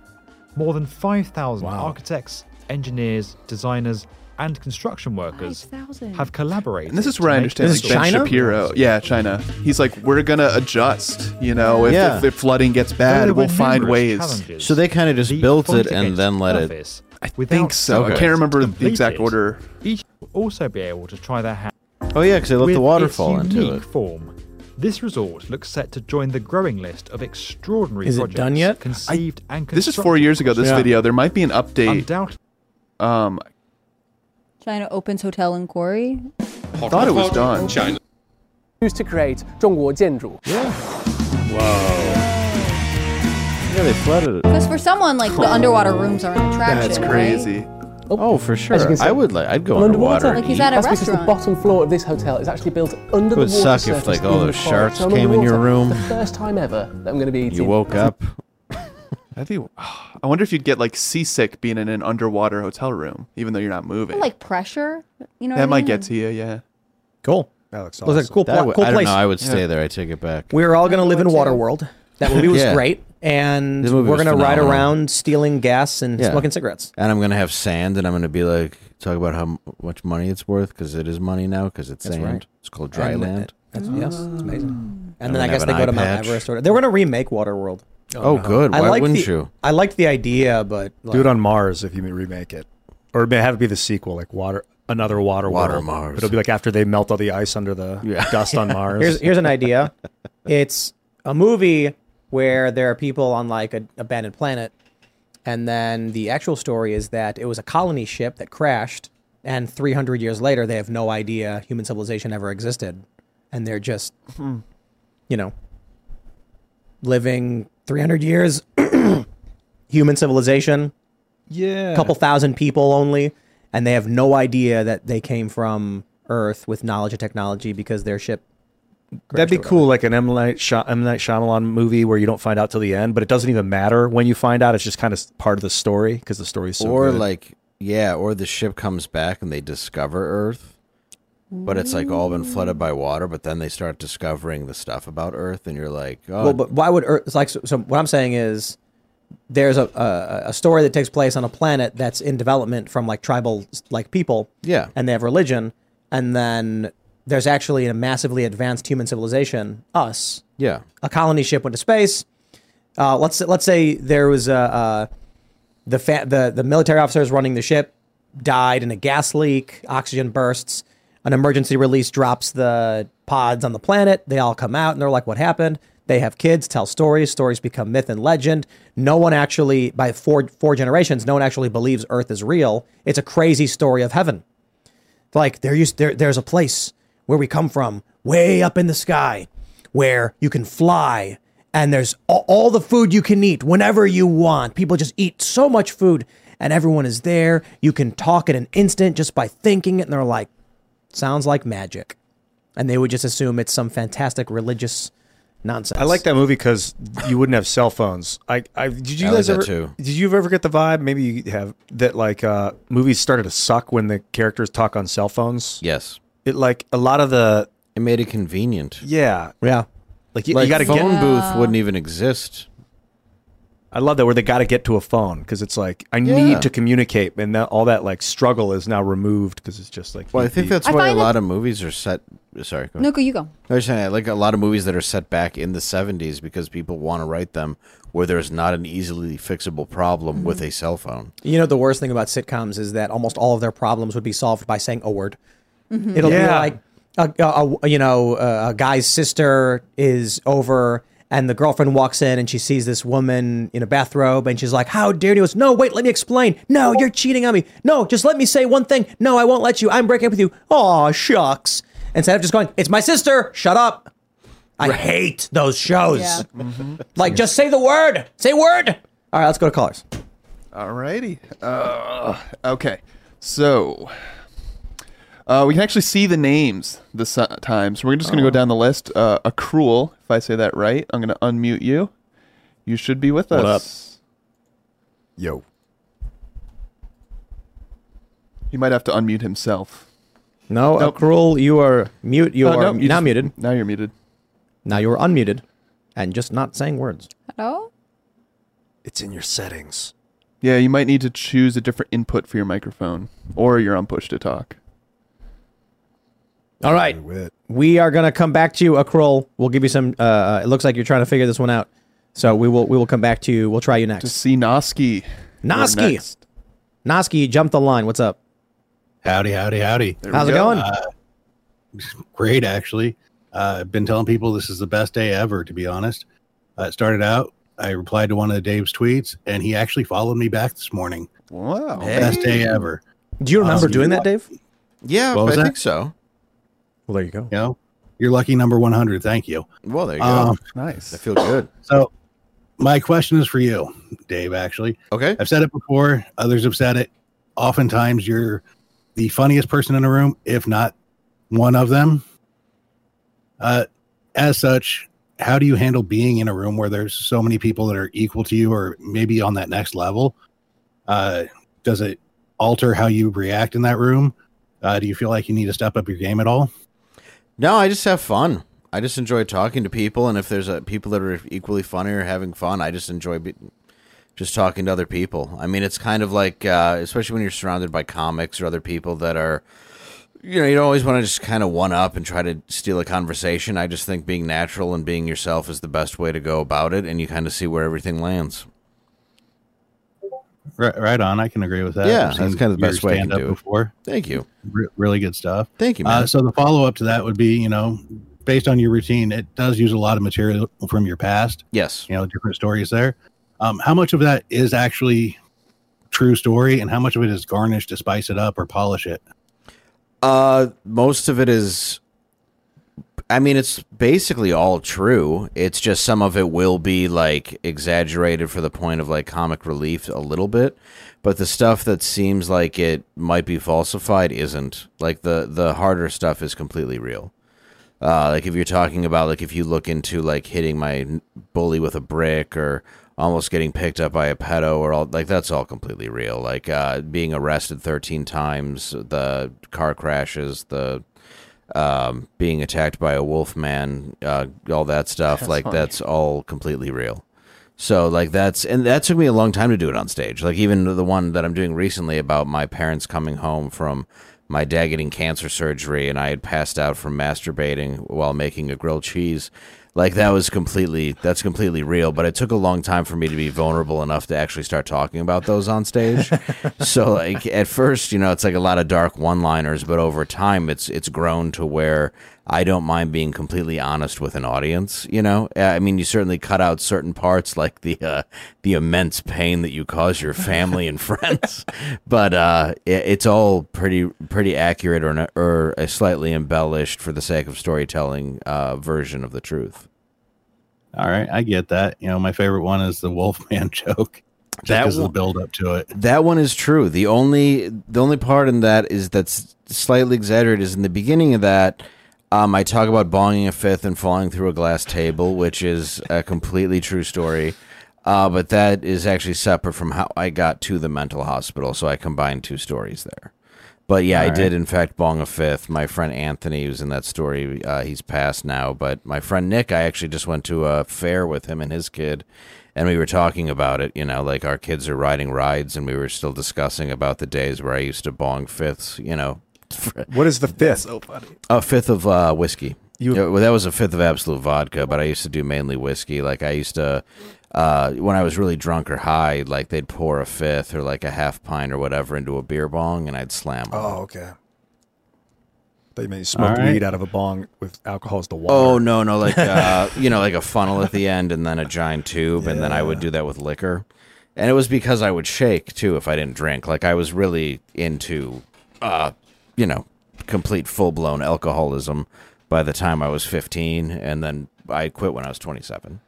G: more than 5,000 architects, engineers, designers, and construction workers
D: 5,000.
G: have collaborated.
F: And this is where I
G: to make
F: understand like
B: This is
G: these
F: Ben
B: China?
F: Shapiro. Yeah, China. He's like, we're gonna adjust. You know, if,
E: Yeah.
F: if, if flooding gets
G: Though there
F: bad,
G: were
F: we'll find
G: numerous
F: ways.
G: challenges,
E: So they kinda just
G: the
E: built it
G: fight
E: and
G: against
E: then let it-
G: surface
F: I think
G: without
F: so. I
E: Okay.
F: can't remember the exact
G: completed,
F: order.
G: Each will also be able to try their hand.
E: Oh yeah, because I let
G: With
E: the water fall
G: its
E: into
G: unique
E: it.
G: form, this resort looks set to join the growing list of extraordinary
B: Is it
G: projects
B: done yet?
G: conceived and
F: This is four years ago. This
B: Yeah.
F: video. There might be an update.
G: Undoubtedly,
F: Um,
D: China opens hotel in quarry.
F: I thought it was done.
H: used to create 中国建筑。
E: Yeah, they flooded it.
D: Because for someone like the underwater rooms are
B: (laughs)
D: an attraction.
F: That's
D: right?
F: crazy.
E: Oh, for sure.
H: As you can see,
E: I would like. I'd go
H: I'm underwater.
E: underwater. and
D: Like he's
E: eat.
D: at a
H: That's because the
D: restaurant.
H: bottom floor of this hotel is actually built under the water
E: would suck if,
H: surface
E: like, all
H: in the
E: those
H: forest.
E: sharks
H: So I'm
E: came in your
H: underwater.
E: room.
H: The first time ever that I'm going to be eating.
E: you woke up.
F: That'd be, (laughs) I wonder if you'd get like seasick being in an underwater hotel room, even though you're not moving.
D: Like pressure. You know. what I
F: that might
D: mean?
F: get to you. Yeah.
B: Cool.
C: That looks
B: Looks like a cool,
E: That
B: pla-
E: would,
B: cool
E: I don't
B: place.
E: know. I would stay there. I take it back.
B: we were all gonna live in
D: would too.
B: Waterworld. That movie was
E: Yeah.
B: great, and
E: The movie
B: we're
E: was
B: gonna ride
E: phenomenal.
B: around stealing gas and
E: Yeah.
B: smoking cigarettes.
E: And I'm gonna have sand, and I'm gonna be like, talk about how m- much money it's worth because it is money now because it's sand.
B: right.
E: It's called dry
B: And-
E: land.
B: That's,
D: Mm.
B: Yes, it's amazing. And
E: I'm
B: then
E: gonna
B: I guess
E: have
B: they
E: an
B: go
E: eye
B: to Mount
E: patch.
B: Everest. Or, they were gonna remake Waterworld.
E: Oh, good.
B: I
E: Why
B: liked
E: wouldn't
B: the,
E: you?
B: I liked the idea, but like,
C: Do it on Mars if you remake it, or may- have it be the sequel, like water another water
E: Water
C: world.
E: Mars.
C: It'll be like after they melt all the ice under the dust (laughs) on Mars.
B: Here's here's an idea. it's a movie where there are people on like an abandoned planet, and then the actual story is that it was a colony ship that crashed, and 300 years later they have no idea human civilization ever existed, and they're just, you know, living 300 years, (clears throat) human civilization,
C: yeah,
B: couple thousand people only, and they have no idea that they came from Earth with knowledge and technology because their ship.
C: That'd be cool, like an M Night, Shy- M Night Shyamalan movie where you don't find out till the end, but it doesn't even matter when you find out. It's just kind of part of the story because the story's so
E: or
C: good.
E: like yeah, or the ship comes back and they discover Earth, but it's like all been flooded by water. But then they start discovering the stuff about Earth, and you're like, oh,
B: Well, but why would Earth? it's Like, so, so what I'm saying is, there's a, a a story that takes place on a planet that's in development from like tribal like people.
E: Yeah.
B: and they have religion, and then there's actually a massively advanced human civilization, us,
E: yeah,
B: a colony ship went to space. Uh, let's let's say there was a uh, the fa- the the military officers running the ship died in a gas leak. Oxygen bursts. An emergency release drops the pods on the planet. They all come out and they're like, "What happened?" They have kids, tell stories. Stories become myth and legend. No one actually, by four four generations, no one actually believes Earth is real. It's a crazy story of heaven. Like there used there there's a place where we come from, way up in the sky, where you can fly and there's all, all the food you can eat whenever you want. People just eat so much food and everyone is there. You can talk in an instant just by thinking it and they're like sounds like magic. And they would just assume it's some fantastic religious nonsense.
C: I like that movie because you wouldn't have cell phones. I, I did you
E: I like
C: guys
E: that
C: ever?
E: too.
C: Did you ever get the vibe? Maybe you have that like uh, movies started to suck when the characters talk on cell phones.
E: yes,
C: It like a lot of the
E: it made it convenient.
C: yeah,
B: Yeah.
C: like you,
E: like
C: got to
E: phone
C: get.
E: booth wouldn't even exist.
C: I love that where they got to get to a phone because it's like I need to communicate, and that, all that like struggle is now removed because it's just like.
E: Well, I
C: you-
E: think
C: you-
E: that's
D: I
E: why a
D: find
E: lot of movies are set. Sorry, go ahead.
D: No, go you go.
E: I was saying, like a lot of movies that are set back in the 70s because people want to write them where there's not an easily fixable problem with a cell phone.
B: You know the worst thing about sitcoms is that almost all of their problems would be solved by saying a word. It'll
C: Yeah.
B: be like a, a, a- you know a, a guy's sister is over and the girlfriend walks in and she sees this woman in a bathrobe and she's like, "How dare you?" He goes, "No, wait, let me explain. No, you're cheating on me. No, just let me say one thing. No, I won't let you. I'm breaking up with you. Aw, shucks." Instead of just going, "It's my sister. Shut up." I hate those shows.
D: Yeah.
F: Mm-hmm.
B: Like, just say the word. Say word. All right, let's go to callers.
F: Alrighty. Uh, okay. So uh, we can actually see the names this uh, time. So we're just
B: Oh.
F: going to go down the list. Uh, Accrual, if I say that right, I'm going to unmute you. You should be with
C: What
F: us.
C: yo.
F: He might have to unmute himself.
B: No,
F: Nope.
B: Cruel, you are mute. You
F: Oh,
B: are
F: nope, you
B: now
F: just-
B: muted.
F: Now you're muted.
B: Now you are unmuted and just not saying words.
D: Hello?
C: It's in your settings.
F: Yeah, you might need to choose a different input for your microphone, or you're on push to talk.
B: All right. We are going to come back to you, Akrul. We'll give you some. Uh, uh, it looks like you're trying to figure this one out. So we will we will come back to you. We'll try you
F: To
B: next.
F: see Noski. You're
B: Noski!
F: next.
B: Noski, jump the line. What's up?
I: Howdy, howdy, howdy. Uh,
F: There we
B: How's it
F: go.
B: going?
I: Great, actually. Uh, I've been telling people this is the best day ever, to be honest. Uh, it started out, I replied to one of Dave's tweets, and he actually followed me back this morning.
F: Wow.
I: Best day ever.
B: Do you remember
I: Um,
B: doing that, Dave?
E: Yeah,
I: What
E: I
I: was that?
E: think so.
B: Well, there you go.
I: You know, you're lucky number 100. Thank you.
E: Well, there you
I: Um,
E: go. I
F: Nice.
E: feel good.
I: so, my question is for you, Dave, actually.
E: Okay.
I: I've said it before, others have said it. Oftentimes, you're the funniest person in the room, if not one of them. Uh, as such, how do you handle being in a room where there's so many people that are equal to you or maybe on that next level? Uh, does it alter how you react in that room? Uh, do you feel like you need to step up your game at all?
E: No, I just have fun. I just enjoy talking to people, and if there's uh people that are equally funny or having fun, I just enjoy be- just talking to other people. I mean, it's kind of like, uh, especially when you're surrounded by comics or other people that are, you know, you don't always want to just kind of one up and try to steal a conversation. I just think being natural and being yourself is the best way to go about it, and you kind of see where everything lands.
I: Right, right on. I can agree with that.
E: Yeah,
I: I've
E: that's
I: seen
E: kind of the
I: your
E: best way I can
I: stand-up
E: do it.
I: Before,
E: Thank you.
I: Re- really good stuff.
E: Thank you, man.
I: Uh, so the follow up to that would be, you know, based on your routine, it does use a lot of material from your past.
E: yes.
I: You know, different stories there. Um, how much of that is actually true story, and how much of it is garnished to spice it up or polish it?
E: Uh, most of it is. I mean, it's basically all true. It's just some of it will be like exaggerated for the point of like comic relief a little bit, but the stuff that seems like it might be falsified isn't. Like the the harder stuff is completely real. Uh, like if you're talking about like if you look into like hitting my n- bully with a brick or almost getting picked up by a pedo or all like that's all completely real. Like uh, being arrested 13 times, the car crashes, the um, being attacked by a wolf man, uh, all that stuff. like that's all completely real. So like that's and that took me a long time to do it on stage. Like even the one that I'm doing recently about my parents coming home from my dad getting cancer surgery and I had passed out from masturbating while making a grilled cheese. Like that was completely that's completely real, but it took a long time for me to be vulnerable enough to actually start talking about those on stage. so like at first, you know, it's like a lot of dark one-liners, but over time it's it's grown to where I don't mind being completely honest with an audience. You know, Uh, I mean, you certainly cut out certain parts like the uh, the immense pain that you cause your family and
I: (laughs)
E: friends, but uh, i it's all pretty pretty accurate or, n- or a slightly embellished for the sake of storytelling uh, version of the truth.
I: All right, I get that. You know, my favorite one is the Wolfman (laughs) joke. Just
E: That
I: 'cause of the
E: one-
I: build up to it.
E: That one is true. The only the only part in that is that's slightly exaggerated is in the beginning of that. Um, I talk about bonging a fifth and falling through a glass table, which is a completely true story. Uh, but that is actually separate from how I got to the mental hospital. So I combined two stories there. But yeah, I did in fact bong a fifth. My friend Anthony who's in that story. Uh, he's passed now, but my friend Nick, I actually just went to a fair with him and his kid, and we were talking about it. You know, like our kids are riding rides, and we were still discussing about the days where I used to bong fifths. You know, (laughs)
C: What is the fifth?
F: So funny.
E: a fifth of uh, whiskey.
C: You-
E: Yeah, well, that was a fifth of absolute vodka, but I used to do mainly whiskey. Like I used to, uh, when I was really drunk or high, like they'd pour a fifth or like a half pint or whatever into a beer bong, and I'd slam. 'em.
C: Oh, okay. They may smoke
I: right.
C: weed out of a bong with alcohol as the
E: Oh
C: water.
E: no, no, like
C: (laughs)
E: uh, you know, like a funnel at the end, and then a giant tube, and then I would do that with liquor, and it was because I would shake too if I didn't drink. Like I was really into, uh, you know, complete full blown alcoholism by the time I was fifteen, and then I quit when I was twenty seven.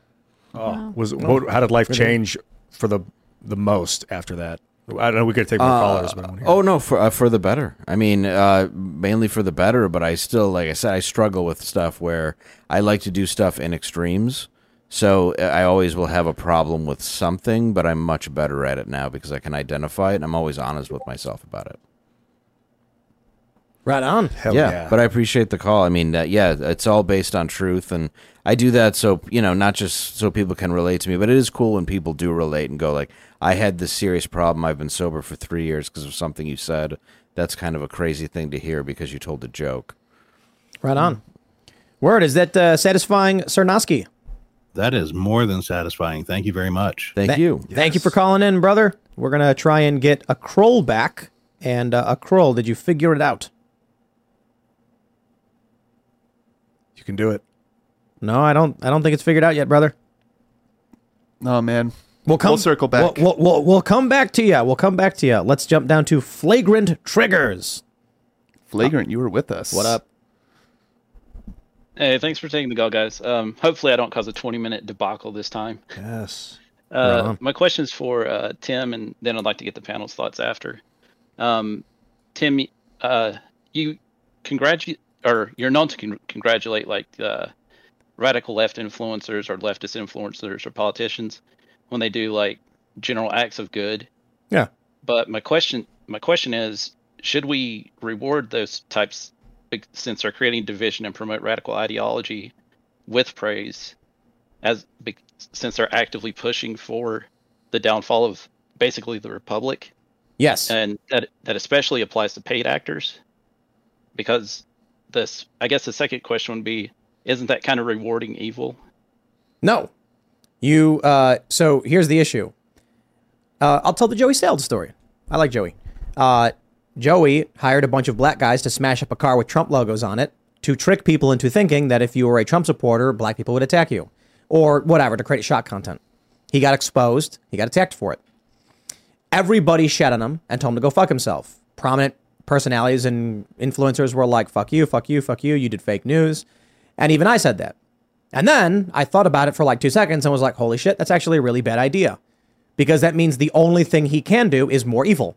C: Oh,
E: (laughs)
C: was what, how did life change for the the most after that? I don't know. We could take more callers, but I want to hear.
E: Oh no, for uh, for the better. I mean, uh, mainly for the better. But I still, like I said, I struggle with stuff where I like to do stuff in extremes. So uh, I always will have a problem with something, but I'm much better at it now because I can identify it, and I'm always honest with myself about it.
B: Right on.
C: Hell
E: yeah, but I appreciate the call. I mean, uh, yeah, it's all based on truth, and I do that so you know, not just so people can relate to me, but it is cool when people do relate and go like, "I had this serious problem. I've been sober for three years because of something you said." That's kind of a crazy thing to hear because you told a joke.
B: Right on. Word is that uh, satisfying, Sarnoski.
I: That is more than satisfying. Thank you very much.
E: Thank you.
B: Thank you for calling in, brother. We're gonna try and get a Kroll back. And uh, a Kroll, did you figure it out?
C: You can do it.
B: No, I don't. I don't think it's figured out yet, brother.
F: Oh man.
B: We'll come.
F: We'll circle back.
B: We'll, we'll, we'll, we'll come back to you. We'll come back to you. Let's jump down to flagrant triggers.
F: Flagrant, you were with us.
B: What up?
J: Hey, thanks for taking the call, guys. Um, hopefully, I don't cause a 20 minute debacle this time.
C: Yes.
J: Uh,
B: on.
J: My question's for uh, Tim, and then I'd like to get the panel's thoughts after. Um, Tim, uh, you congratulate, or you're known to con- congratulate like uh, radical left influencers or leftist influencers or politicians when they do like general acts of good.
B: Yeah.
J: But my question, my question is, should we reward those types bec- since they're creating division and promote radical ideology with praise? as bec- since they're actively pushing for the downfall of basically the republic
B: Yes.
J: and that that especially applies to paid actors because this i guess the second question would be isn't that kind of rewarding evil
B: No. You uh so here's the issue. Uh, I'll tell the Joey Sales story. I like Joey. Uh, Joey hired a bunch of black guys to smash up a car with Trump logos on it to trick people into thinking that if you were a Trump supporter, black people would attack you or whatever to create shock content. He got exposed. He got attacked for it. Everybody shat on him and told him to go fuck himself. Prominent personalities and influencers were like, fuck you, fuck you, fuck you. You did fake news. And even I said that. And then I thought about it for like two seconds and was like, holy shit, that's actually a really bad idea. Because that means the only thing he can do is more evil.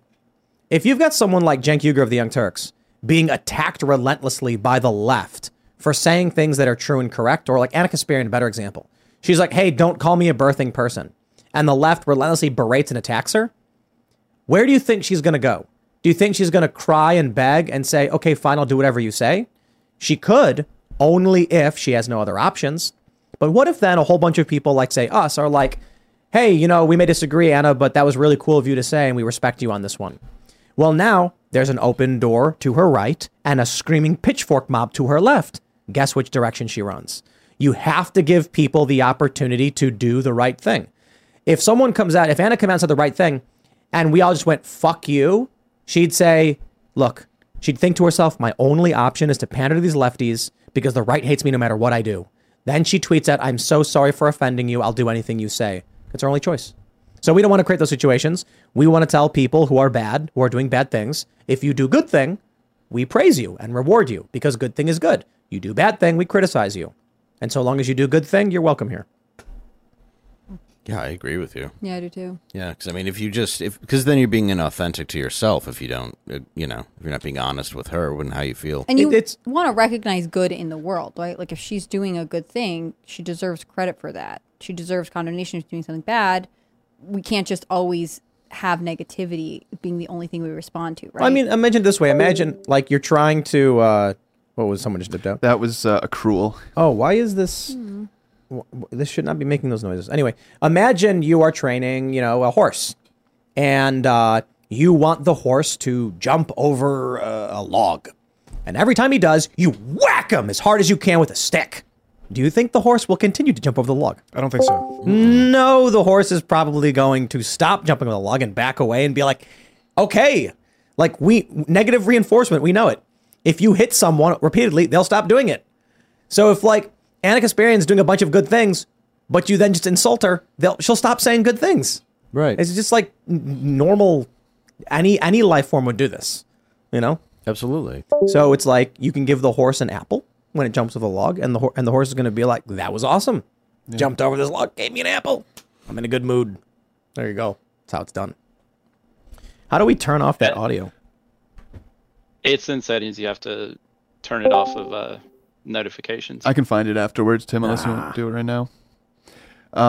B: If you've got someone like Cenk Uger of the Young Turks being attacked relentlessly by the left for saying things that are true and correct, or like Anna Kasparian, a better example. She's like, hey, don't call me a birthing person. And the left relentlessly berates and attacks her. Where do you think she's going to go? Do you think she's going to cry and beg and say, okay, fine, I'll do whatever you say? She could, only if she has no other options. But what if then a whole bunch of people, like, say, us, are like, hey, you know, we may disagree, Anna, but that was really cool of you to say, and we respect you on this one. Well, now there's an open door to her right and a screaming pitchfork mob to her left. Guess which direction she runs? You have to give people the opportunity to do the right thing. If someone comes out, if Anna came out and said the right thing, and we all just went, fuck you, she'd say, look, she'd think to herself, my only option is to pander to these lefties because the right hates me no matter what I do. Then she tweets out, I'm so sorry for offending you. I'll do anything you say. It's her only choice. So we don't want to create those situations. We want to tell people who are bad, who are doing bad things, if you do good thing, we praise you and reward you because good thing is good. You do bad thing, we criticize you. And so long as you do good thing, you're welcome here.
E: Yeah, I agree with you.
D: Yeah, I do too.
E: Yeah, because I mean, if you just if because then you're being inauthentic to yourself if you don't, uh, you know, if you're not being honest with her and how you feel.
D: And you
B: it's-
D: want to recognize good in the world, right? Like if she's doing a good thing, she deserves credit for that. She deserves condemnation if she's doing something bad. We can't just always have negativity being the only thing we respond to, right?
B: I mean, imagine it this way. Imagine like you're trying to uh what was someone just dipped out?
F: That was uh, accrual.
B: Oh, why is this? wh- wh- This should not be making those noises. Anyway, imagine you are training, you know, a horse, and uh, you want the horse to jump over uh, a, a log, and every time he does, you whack him as hard as you can with a stick. Do you think the horse will continue to jump over the log?
C: I don't think so.
B: No, the horse is probably going to stop jumping on the log and back away and be like, okay, like we negative reinforcement, we know it. If you hit someone repeatedly, they'll stop doing it. So if like Anna Kasparian's doing a bunch of good things, but you then just insult her, they'll she'll stop saying good things.
E: Right.
B: It's just like n- normal any any life form would do this, you know?
E: Absolutely.
B: So it's like you can give the horse an apple when it jumps over a log, and the hor and the horse is going to be like, "That was awesome! Jumped over this log, gave me an apple. I'm in a good mood." There you go. That's how it's done. How do we turn off that audio?
J: It's in settings. You have to turn it off of uh, notifications.
F: I can find it afterwards, Tim, unless you want to do it right now. Um,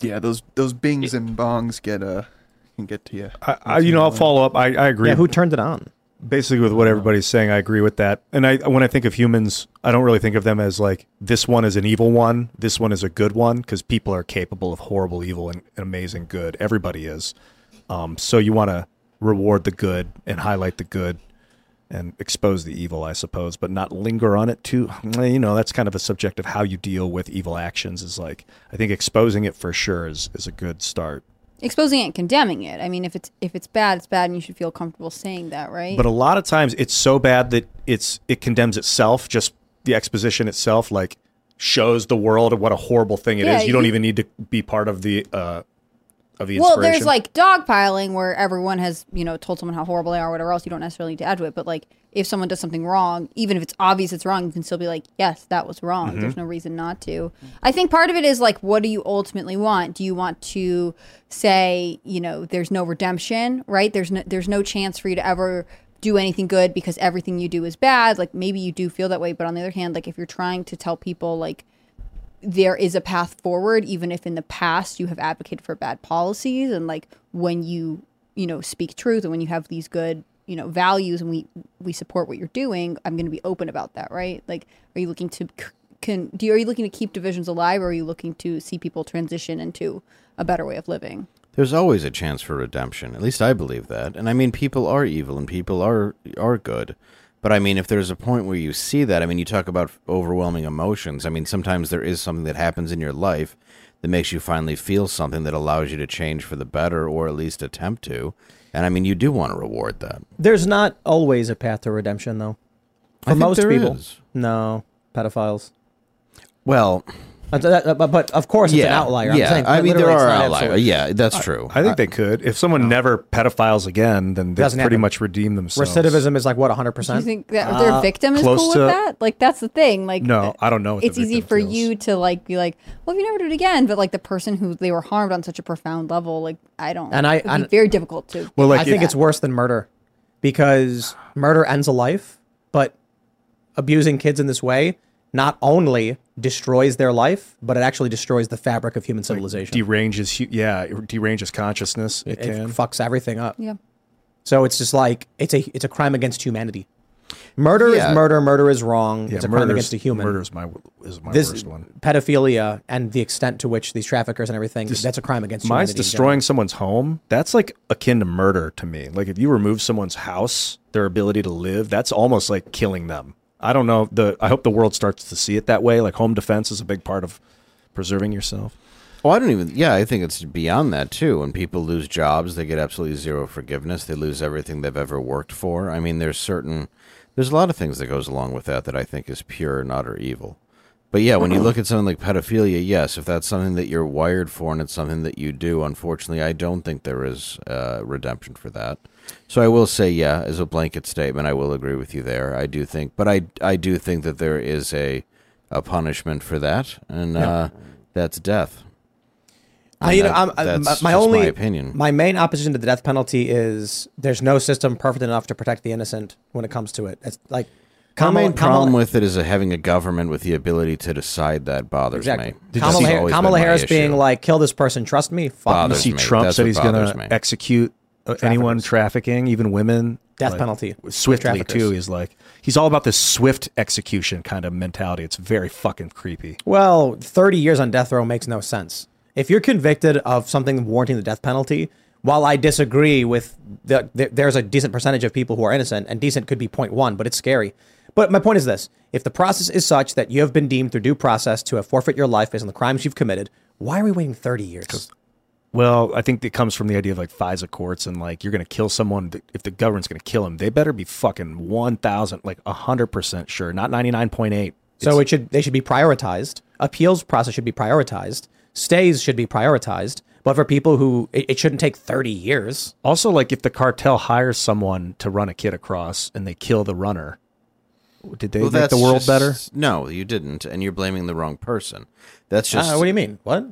F: yeah, those those bings and bongs get uh can get to you.
C: I, I you know, I'll follow up. I, I agree.
B: Yeah, who turned it on?
C: basically with what everybody's saying, I agree with that. And I when I think of humans, I don't really think of them as like this one is an evil one, this one is a good one, because people are capable of horrible evil and, and amazing good. Everybody is. Um, so you want to reward the good and highlight the good and expose the evil, I suppose, but not linger on it too. You know, that's kind of a subject of how you deal with evil actions. Is like I think exposing it for sure is is a good start.
D: exposing it and condemning it. I mean, if it's if it's bad, it's bad, and you should feel comfortable saying that, right?
C: But a lot of times it's so bad that it's it condemns itself. Just the exposition itself, like shows the world what a horrible thing it is.
D: Yeah,
C: You, don't
D: you-
C: even need to be part of the uh, of the
D: well,
C: inspiration.
D: there's like dogpiling where everyone has you know told someone how horrible they are, or whatever else. You don't necessarily need to add to it, but like if someone does something wrong, even if it's obvious it's wrong, you can still be like, yes, that was wrong. There's no reason not to. I think part of it is like, what do you ultimately want? Do you want to say you know there's no redemption, right? There's no there's no chance for you to ever do anything good because everything you do is bad. Like maybe you do feel that way, but on the other hand, like if you're trying to tell people like there is a path forward even if in the past you have advocated for bad policies and like when you you know speak truth and when you have these good you know values and we we support what you're doing i'm going to be open about that right like are you looking to c- can do you, are you looking to keep divisions alive or are you looking to see people transition into a better way of living
E: There's always a chance for redemption. At least I believe that. And I mean people are evil and people are are good. But I mean, if there's a point where you see that, I mean, you talk about overwhelming emotions. I mean, sometimes there is something that happens in your life that makes you finally feel something that allows you to change for the better or at least attempt to. And I mean, you do want to reward that.
B: There's not always a path to redemption, though. For
E: I think
B: most
E: there
B: people,
E: is.
B: no pedophiles.
E: Well,
B: That's- that- But, but of course, it's an
E: yeah.
B: outlier. I'm
E: Yeah.
B: saying,
E: I mean, there
B: literally, it's
E: are
B: not
E: outliers.
B: absolute.
E: Yeah, that's true.
C: I think they could. If someone never pedophiles again, then they
B: Doesn't
C: pretty
B: happen.
C: much redeem themselves.
B: Recidivism is like what
D: Do you
B: 100%.
D: think that their victim is
C: Uh, close
D: cool with
C: to-
D: that? Like that's the thing. Like uh,
C: No, I don't know what the
D: it's easy
C: victim
D: for
C: feels.
D: you to like be like, well, if you never do it again, but like the person who they were harmed on such a profound level, like I don't.
B: And I-
D: it'd be
B: and-
D: very difficult to.
C: Well, like
B: I think
C: it-
B: it's worse than murder because murder ends a life, but abusing kids in this way not only destroys their life, but it actually destroys the fabric of human civilization.
C: deranges. hu- Yeah, it deranges consciousness. It,
B: it
C: can.
B: fucks everything up.
D: yeah.
B: So it's just like it's a it's a crime against humanity. Murder
E: Yeah.
B: is murder. Murder is wrong. it's a crime
C: murder's-
B: against a human.
C: Murder is my is my
B: this
C: worst one.
B: pedophilia and the extent to which these traffickers and everything that's a crime against
C: Mine's
B: humanity. in
C: destroying someone's home. That's like akin to murder to me. Like if you remove someone's house, their ability to live, that's almost like killing them. I don't know. The I hope the world starts to see it that way. Like home defense is a big part of preserving yourself.
E: Well, I don't even. Yeah, I think it's beyond that too. When people lose jobs, they get absolutely zero forgiveness. They lose everything they've ever worked for. I mean, there's certain, there's a lot of things that goes along with that that I think is pure and utter evil. But yeah, when you look at something like pedophilia, yes, if that's something that you're wired for and it's something that you do, unfortunately, I don't think there is uh, redemption for that. So I will say, yeah, as a blanket statement, I will agree with you there. I do think, but I I do think that there is a a punishment for that, and uh, that's death.
B: I,
E: And
B: you know,
E: that-
B: I'm, I-
E: that's
B: my, my
E: just
B: only
E: my opinion.
B: my main opposition to the death penalty is there's no system perfect enough to protect the innocent when it comes to it. It's like
E: My
B: Kamala,
E: main problem
B: Kamala,
E: with it is uh, having a government with the ability to decide that bothers
B: exactly.
E: me. That's
B: Kamala, Har-
E: always been
B: Kamala
E: my
B: Harris being
E: issue.
B: like, "Kill this person, trust me." Fuck
E: Bothers
C: You see,
E: me.
C: Trump
E: That's
C: said
E: what
C: he's going
E: bothers
C: to
E: me.
C: execute uh, anyone trafficking, even women.
B: Death
C: like,
B: penalty.
C: swiftly
B: Traffickers.
C: too. He's like he's all about this swift execution kind of mentality. It's very fucking creepy.
B: Well, 30 years on death row makes no sense. If you're convicted of something warranting the death penalty, while I disagree with the, th there's a decent percentage of people who are innocent, and decent could be 0.1, but it's scary. But my point is this if the process is such that you have been deemed through due process to have forfeit your life based on the crimes you've committed, why are we waiting 30 years?
C: Well, I think it comes from the idea of like FISA courts and like you're going to kill someone. th- If the government's going to kill him, they better be fucking 1,000, like 100% sure, not 99.8.
B: So it should they should be prioritized. Appeals process should be prioritized. Stays should be prioritized. But for people who it, it shouldn't take 30 years.
C: Also, like if the cartel hires someone to run a kid across and they kill the runner, did they
E: Well,
C: make the
E: that's
C: world
E: just-
C: better?
E: No, you didn't, and you're blaming the wrong person. That's just
B: Uh, what do you mean? What?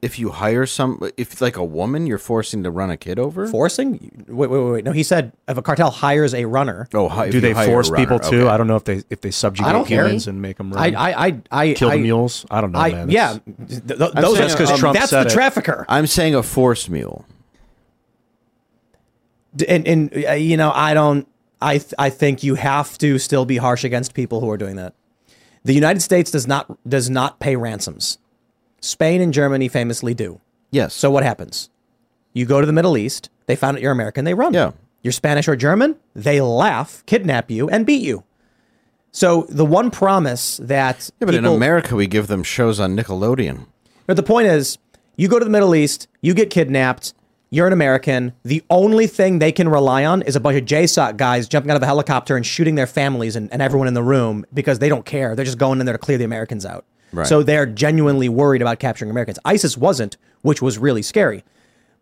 E: if you hire some, if like a woman, you're forcing to run a kid over.
B: forcing? Wait, wait, wait, wait. No, he said if a cartel hires a runner,
E: oh, hi, if
C: Do
E: you
C: they
E: hire a
C: force people
E: runner,
C: to?
E: okay.
C: I don't know if they if they subjugate
B: I don't care.
C: humans and make them
B: I,
C: run.
B: I, I, I
C: kill
B: I,
C: the mules? I don't know,
B: I,
C: man.
B: yeah,
C: That's-
B: th- th- those.
E: saying,
B: That's
E: That's 'cause
C: Trump
B: That's
C: said
B: the
C: it.
B: trafficker.
E: I'm saying a force mule.
B: D- And and uh, you know, I don't. I th- I think you have to still be harsh against people who are doing that. The United States does not does not pay ransoms. Spain and Germany famously do.
E: Yes.
B: So what happens? You go to the Middle East. They found out you're American. They run.
E: Yeah.
B: You're Spanish or German. They laugh, kidnap you, and beat you. So the one promise that
E: yeah, but in
B: people-
E: America, we give them shows on Nickelodeon.
B: But the point is, you go to the Middle East, you get kidnapped, you're an American. The only thing they can rely on is a bunch of JSOC guys jumping out of a helicopter and shooting their families and, and everyone in the room because they don't care. They're just going in there to clear the Americans out.
E: Right.
B: So they're genuinely worried about capturing Americans. ISIS wasn't, which was really scary.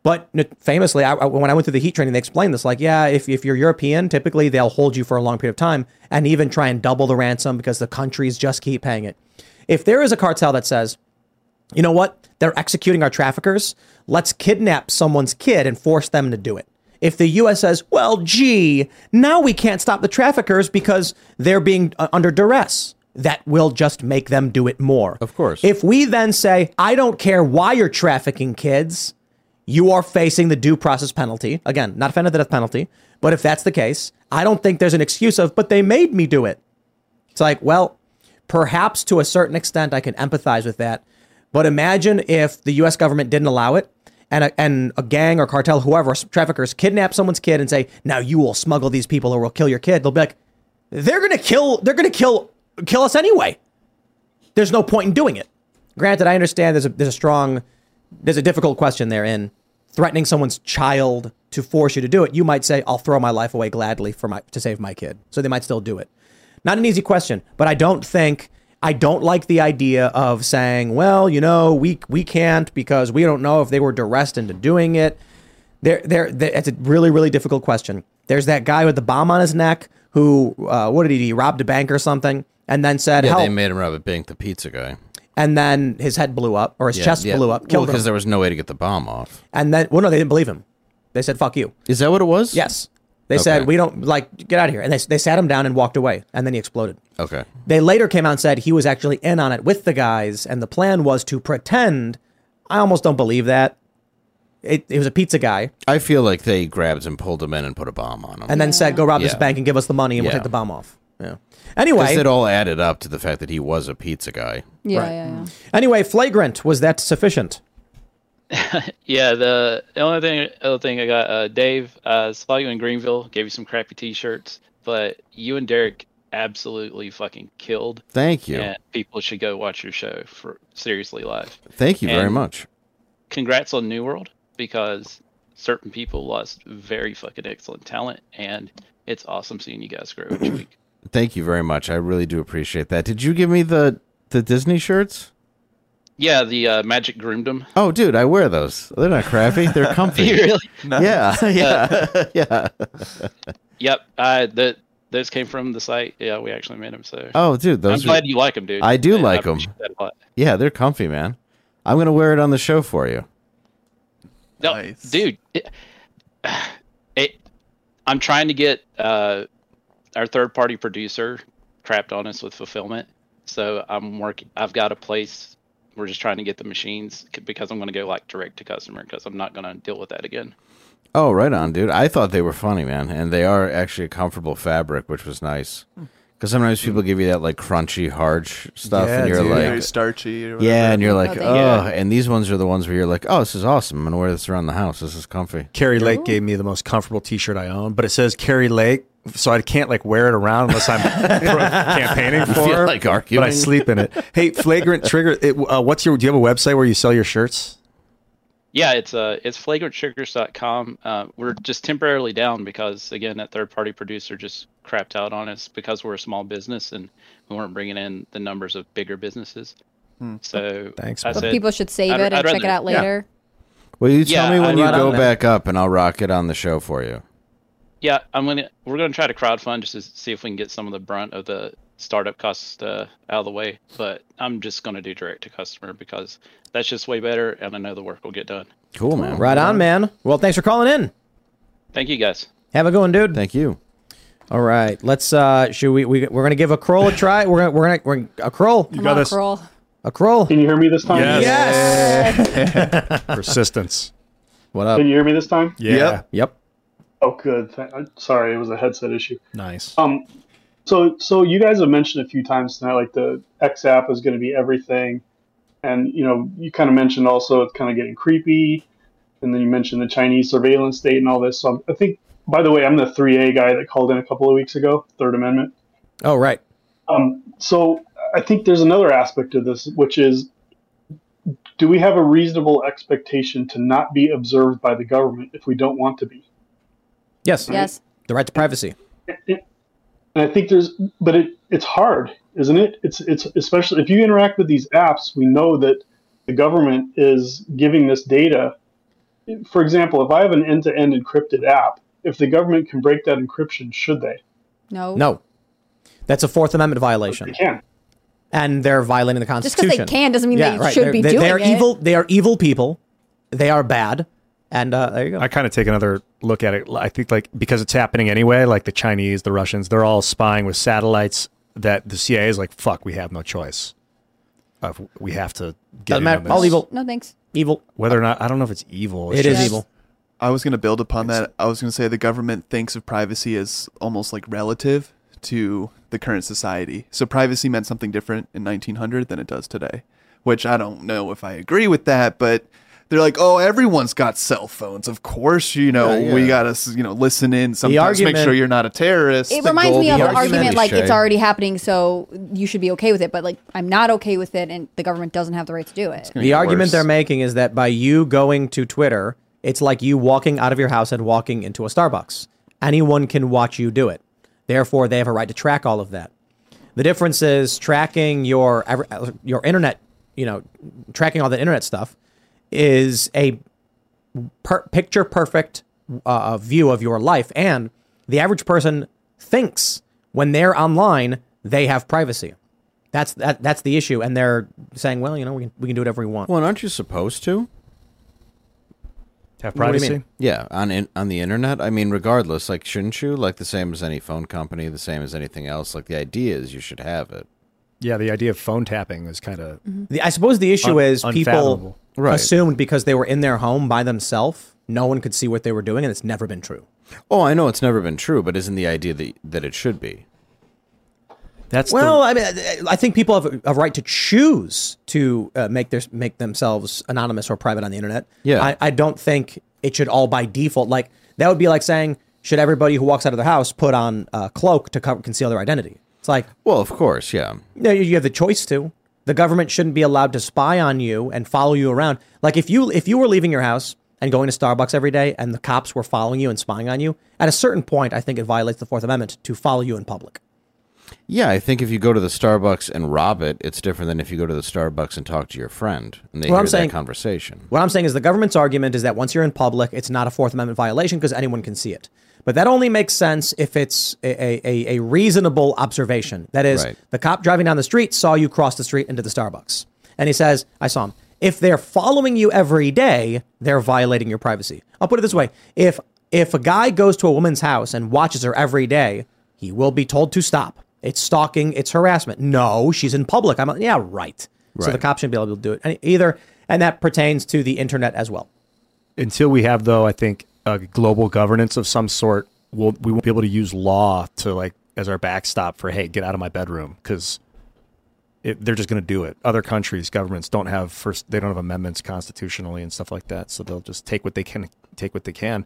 B: But n- famously, I, I- when I went through the heat training, they explained this like, yeah, if, if you're European, typically they'll hold you for a long period of time and even try and double the ransom because the countries just keep paying it. If there is a cartel that says, you know what? They're executing our traffickers. Let's kidnap someone's kid and force them to do it. If the U.S. says, well, gee, now we can't stop the traffickers because they're being uh, under duress, that will just make them do it more.
E: Of course.
B: If we then say, I don't care why you're trafficking kids, you are facing the due process penalty. Again, not a fan of the death penalty, but if that's the case, I don't think there's an excuse of, but they made me do it. It's like, well, perhaps to a certain extent, I can empathize with that. But imagine if the U.S. government didn't allow it, and a, and a gang or cartel, whoever traffickers, kidnap someone's kid and say, "Now you will smuggle these people, or we'll kill your kid." They'll be like, they're gonna kill they're gonna kill kill us anyway. There's no point in doing it. Granted, I understand there's a there's a strong there's a difficult question there in threatening someone's child to force you to do it. You might say, I'll throw my life away gladly for my to save my kid. So they might still do it. Not an easy question, but I don't think I don't like the idea of saying, well, you know, we we can't because we don't know if they were duressed into doing it. There, there, there- it's a really, really difficult question. There's that guy with the bomb on his neck who, uh, what did he do? He robbed a bank or something, and then said,
E: Yeah, they
B: "Help!"
E: made him rob a bank, the pizza guy.
B: and then his head blew up or his
E: Yeah,
B: chest
E: yeah.
B: blew up,
E: Well,
B: killed
E: because
B: him.
E: there was no way to get the bomb off.
B: And then, well, no, they didn't believe him. They said, "Fuck you."
E: Is that what it was?
B: Yes, they said,
E: Okay.
B: "We don't like get out of here," and they they sat him down and walked away, and then he exploded.
E: Okay.
B: They later came out and said he was actually in on it with the guys, and the plan was to pretend. I almost don't believe that. It, it was a pizza guy,
E: I feel like they grabbed him, pulled him in, and put a bomb on him.
B: and then said, "Go rob this
E: Yeah.
B: bank and give us the money, and we'll
E: Yeah.
B: take the bomb off." Yeah.
E: because
B: Anyway,
E: it all added up to the fact that he was a pizza guy.
D: Yeah,
B: Right.
D: yeah, yeah.
B: anyway, flagrant was that sufficient?
J: Yeah, the the only thing other thing I got, uh, Dave, uh, saw you in Greenville, gave you some crappy T-shirts, but you and Derek absolutely fucking killed.
E: Thank you.
J: And people should go watch your show for seriously live.
E: Thank you very
J: And-
E: much.
J: Congrats on New World because certain people lost very fucking excellent talent, and it's awesome seeing you guys
E: (clears throat)
J: grow each week.
E: Thank you very much. I really do appreciate that. Did you give me the the Disney shirts?
J: Yeah, the uh, Magic Groomdom.
E: Oh, dude, I wear those. They're not crappy.
B: (laughs)
E: They're comfy.
J: You really?
E: Yeah, yeah, (laughs) yeah.
J: Yep. I the those came from the site. Yeah, we actually made them. So
E: Oh, dude,
J: I'm
E: those are,
J: glad you like them, dude.
E: I do
J: And
E: like 'em.
J: appreciate that a lot.
E: yeah, they're comfy, man. I'm gonna wear it on the show for you.
J: No,
F: Nice.
J: dude. It, (sighs) it- I'm trying to get uh, our third party producer trapped on us with fulfillment. So I'm working. I've got a place. We're just trying to get the machines c- because I'm going to go like direct to customer because I'm not going to deal with that again.
E: Oh, right on, dude. I thought they were funny, man, and they are actually a comfortable fabric, which was nice.
J: Hmm.
E: Because sometimes people give you that like crunchy, hard sh- stuff, and you're
F: Very
E: like,
F: starchy. Or
E: yeah, and you're
D: Oh,
E: like,
D: thank
E: oh,
D: you.
E: and these ones are the ones where you're like, oh, this is awesome. I'm gonna wear this around the house. This is comfy.
C: Carrie Lake gave me the most comfortable T-shirt I own, but it says Carrie Lake, so I can't like wear it around unless
E: (laughs)
C: I'm pro- campaigning for.
E: feel
C: her,
E: like
C: but I
E: arguing.
C: sleep in it. Hey, flagrant trigger. It, uh, what's your? Do you have a website where you sell
E: (laughs)
C: your shirts?
J: Yeah, it's uh, it's flagranttriggers.com. Uh, we're just temporarily down because again, that third party producer just crapped out on us because we're a small business and we weren't bringing in the numbers of bigger businesses. So
B: Thanks,
J: I
B: man.
J: said,
D: People should save
J: I'd-
D: it and
J: I'd
D: check it
J: rather-
D: out later.
E: Well, you
J: Yeah,
E: tell me when
J: I-
E: you
J: right on
E: go
J: that.
E: back up, and I'll rock it on the show for you.
J: yeah, I'm gonna we're gonna try to crowdfund just to see if we can get some of the brunt of the startup costs uh, out of the way. But I'm just gonna do direct to customer because that's just way better, and I know the work will get done.
E: Cool, man.
B: Right on, man. Well, thanks for calling in.
J: Thank you guys.
B: Have a good one, dude.
E: Thank you.
B: All right, let's. uh Should we? we we're gonna give a crawl a try. We're gonna. We're gonna. We're gonna a crawl.
D: Come
C: got
D: on,
C: this.
D: Kroll.
B: A crawl.
K: Can you hear me this time?
C: Yes.
B: Yes.
C: Persistence.
E: What up?
K: (laughs) Can you hear me this time?
C: Yeah.
F: Yep.
B: Yep.
K: Oh, good. Th- I'm Sorry, it was a headset issue.
C: Nice.
K: Um, so so you guys have mentioned a few times tonight, like the X app is going to be everything, and you know you kind of mentioned also it's kind of getting creepy, and then you mentioned the Chinese surveillance state and all this. So I think, by the way, I'm the 3A guy that called in a couple of weeks ago, Third Amendment.
B: Oh right.
K: Um, so I think there's another aspect of this, which is do we have a reasonable expectation to not be observed by the government if we don't want to be?
B: Yes.
D: Yes.
B: The right to privacy.
K: and I think there's, but it it's hard, isn't it? It's it's especially if you interact with these apps, we know that the government is giving this data. For example, if I have an end-to-end encrypted app, if the government can break that encryption, should they?
D: No.
B: No. That's a Fourth Amendment
K: They
B: violation,
K: can.
B: and they're violating the
D: Just
B: Constitution.
D: because they can doesn't mean
B: yeah,
D: they
B: right.
D: should
B: they're,
D: be
B: they,
D: doing
B: they are
D: it.
B: evil. They are evil people. They are bad. And uh there you go.
C: I kind of take another look at it. I think like because it's happening anyway, like the Chinese, the Russians, they're all spying with satellites that the CIA is like, fuck, we have no choice. Uh, we have to get
B: Doesn't
C: in
B: matter.
C: on this.
B: All evil.
D: No thanks.
B: Evil.
C: Whether or not, I don't know if it's evil.
B: It is
D: just-
B: evil.
F: I was going to build upon that. I was going to say the government thinks of privacy as almost like relative to the current society. So privacy meant something different in 1900 than it does today, which I don't know if I agree with that, but they're like, oh, everyone's got cell phones. Of course, you know,
E: Yeah,
F: we
E: yeah.
F: gotta s- you know listen in sometimes,
E: argument-
F: make sure you're not a terrorist.
D: It reminds me of the argument like it's
F: already.
D: already happening, so you should be okay with it. But like, I'm not okay with it, and the government doesn't have the right to do it.
B: The argument they're making is that by you going to Twitter, it's like you walking out of your house and walking into a Starbucks. Anyone can watch you do it. Therefore, they have a right to track all of that. The difference is tracking your ever- uh, your internet, you know, tracking all the internet stuff is a per- picture perfect uh, view of your life, and the average person thinks when they're online they have privacy. That's that, that's the issue, and they're saying, well, you know, we can we can do whatever we want.
E: Well, aren't you supposed to?
C: Have
B: What do you privacy? mean?
E: Yeah, on in, on the internet. I mean, regardless, like shouldn't you? Like the same as any phone company, the same as anything else. Like the idea is you should have it.
C: Yeah, the idea of phone tapping is kind of
B: Mm-hmm. The- I suppose the issue
C: Un-
B: is people
C: unfathomable. Right.
B: assumed because they were in their home by themselves, no one could see what they were doing, and it's never been true.
E: Oh, I know it's never been true, but isn't the idea that that it should be?
C: That's
B: well, I mean, I- I think people have a, a right to choose to uh, make their make themselves anonymous or private on the internet.
E: Yeah.
B: I, I don't think it should all by default. Like that would be like saying, should everybody who walks out of their house put on a cloak to cover, conceal their identity? It's like,
E: Well, of course, yeah.
B: No, you- you have the choice to. The government shouldn't be allowed to spy on you and follow you around. Like if you if you were leaving your house and going to Starbucks every day, and the cops were following you and spying on you, at a certain point, I think it violates the Fourth Amendment to follow you in public.
E: Yeah, I think if you go to the Starbucks and rob it, it's different than if you go to the Starbucks and talk to your friend and they
B: Well,
E: hear
B: I'm saying-
E: that conversation.
B: What I'm saying is the government's argument is that once you're in public, it's not a Fourth Amendment violation because anyone can see it. But that only makes sense if it's a, a, a- a reasonable observation. That is,
E: Right.
B: the cop driving down the street saw you cross the street into the Starbucks. And he says, I saw him. If they're following you every day, they're violating your privacy. I'll put it this way if if a guy goes to a woman's house and watches her every day, he will be told to stop. It's stalking, it's harassment. No, she's in public. I'm yeah, right. So the
E: Right.
B: cop shouldn't be able to do it any- either. And that pertains to the internet as well.
C: until we have though i think a global governance of some sort we'll, we won't be able to use law to like as our backstop for hey get out of my bedroom because they're just going to do it other countries governments don't have first they don't have amendments constitutionally and stuff like that so they'll just take what they can take what they can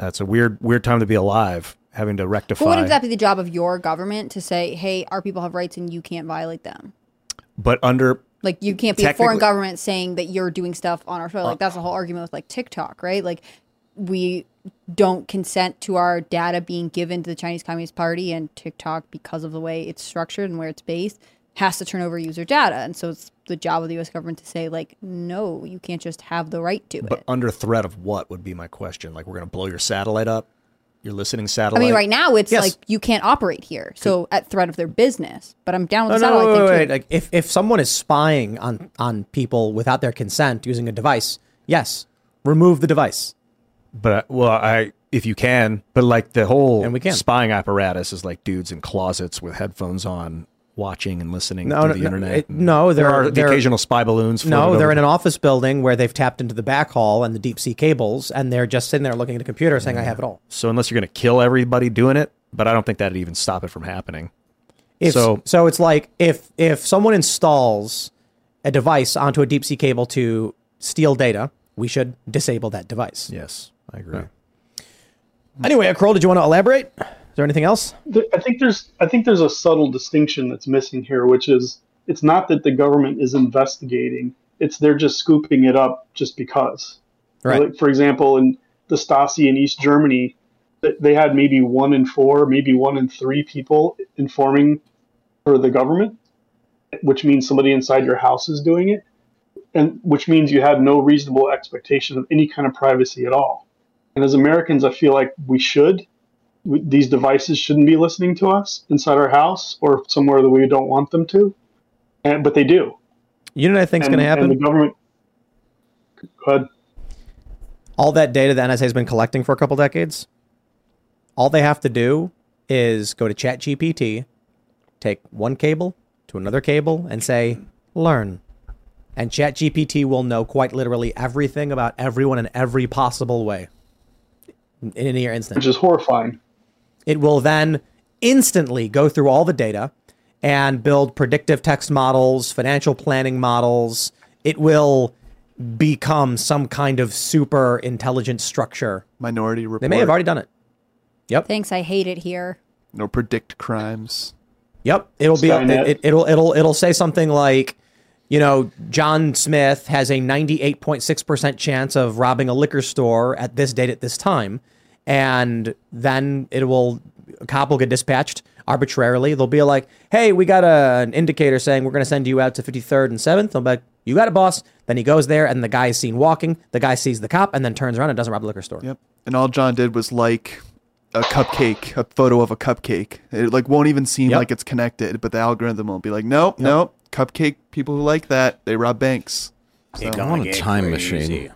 C: uh, it's a weird weird time to be alive having to rectify
D: But wouldn't that be the job of your government to say, "Hey, our people have rights, and you can't violate them"?
C: but under
D: Like you can't be a foreign
C: Technically-
D: government saying that you're doing stuff on our show.
B: Uh,
D: Like that's the whole argument with like TikTok, right? Like we don't consent to our data being given to the Chinese Communist Party and TikTok because of the way it's structured and where it's based has to turn over user data. And so it's the job of the US government to say like no, you can't just have the right to
C: but
D: it.
C: under threat of what would be my question like we're going to blow your satellite up your listening
D: I
C: satellite
D: mean, right now it's
B: Yes.
D: like you can't operate here. So at threat of their business. But I'm
K: Oh,
D: down
B: No,
D: with
B: no,
D: the satellite
B: wait,
D: thing
B: wait,
D: too.
B: wait. Like if, if someone is spying on, on people without their consent using a device, yes, remove the device.
C: But well, I if you can, but like the whole
B: And we can.
C: spying apparatus is like dudes in closets with headphones on, watching and listening
B: No,
C: through
B: no,
C: the
B: no,
C: internet.
B: it- no,
C: there
B: they're-
C: are the
B: they're-
C: occasional spy balloons.
B: No,
C: floated
B: they're
C: over-
B: in an office building where they've tapped into the back hall and the deep sea cables, and they're just sitting there looking at a computer saying, I have it all.
C: So unless you're going to kill everybody doing it, but I don't think that'd even stop it from happening.
B: If, so,
C: So-
B: so it's like if if someone installs a device onto a deep sea cable to steal data, we should disable that device.
C: Yes, I agree.
B: Hmm. Anyway, Kroll, did you want to elaborate? Is there anything else?
K: Th- I think there's I think there's a subtle distinction that's missing here, which is it's not that the government is investigating; it's they're just scooping it up just because.
B: Right.
K: Like for example, in the Stasi in East Germany, th- they had maybe one in four, maybe one in three people informing for the government, which means somebody inside your house is doing it, and which means you had no reasonable expectation of any kind of privacy at all. And as Americans, I feel like we should we, these devices shouldn't be listening to us inside our house or somewhere that we don't want them to, and, but they do.
B: You know what I think is
K: And-
B: going to
K: And the
B: happen?
K: government. Go ahead.
B: All that data the NSA has been collecting for a couple decades, all they have to do is go to ChatGPT, take one cable to another cable, and say, learn. And ChatGPT will know quite literally everything about everyone in every possible way in in a near instant.
K: which is horrifying.
B: It will then instantly go through all the data and build predictive text models, financial planning models. It will become some kind of super intelligent structure.
F: Minority Report.
B: They may have already done it. Yep.
D: Thanks. I hate it here.
F: No predict crimes.
B: Yep, it'll be
F: Skynet.
B: it, it, will it'll it'll say something like, you know, John Smith has a 98.6% chance of robbing a liquor store at this date at this time, and then it will a cop will get dispatched arbitrarily. They'll be like, "Hey, we got a, an indicator saying we're going to send you out to 53rd and 7th." I'm like, "You got it, boss." Then he goes there, and the guy is seen walking. The guy sees the cop, and then turns around and doesn't rob the liquor store.
F: Yep. And all John did was like a cupcake, a photo of a cupcake. It like won't even seem
B: Yep.
F: like it's connected, but the algorithm will be like, nope, nope. Cupcake people who like that, they rob banks. So-
E: I want a time machine.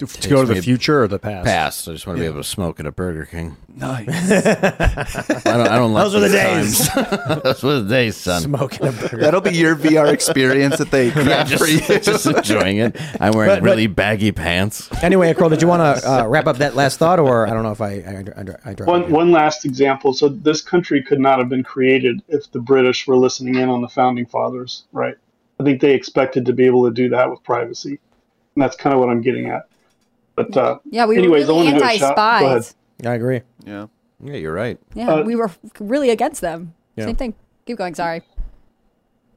C: To,
E: Takes
C: go to
E: me-
C: the future or the past?
E: Past. I just want to be able to smoke at a Burger King.
F: Nice.
E: (laughs) I don't, I don't like
B: Those were the
E: those times. (laughs) Those were the days, son.
B: Smoking a burger.
F: That'll be your VR experience
E: (laughs)
F: that they
E: Yeah,
F: craft for you.
E: just, just enjoying it. I'm wearing
B: But- but-
E: really baggy pants.
B: Anyway, Akro, did you want to uh, wrap up that last thought, or I don't know if I I, I, I, I
K: One, one last example. So this country could not have been created if the British were listening in on the founding fathers, right? I think they expected to be able to do that with privacy, and that's kind of what I'm getting at. But uh,
D: Yeah, we
K: anyways,
D: were really
K: I wanna do a shot- Go ahead.
D: anti-spies.
B: I agree.
F: Yeah.
E: Yeah, you're right.
D: Yeah,
K: Uh,
D: we were really against them.
B: Yeah.
D: Same thing. Keep going. Sorry.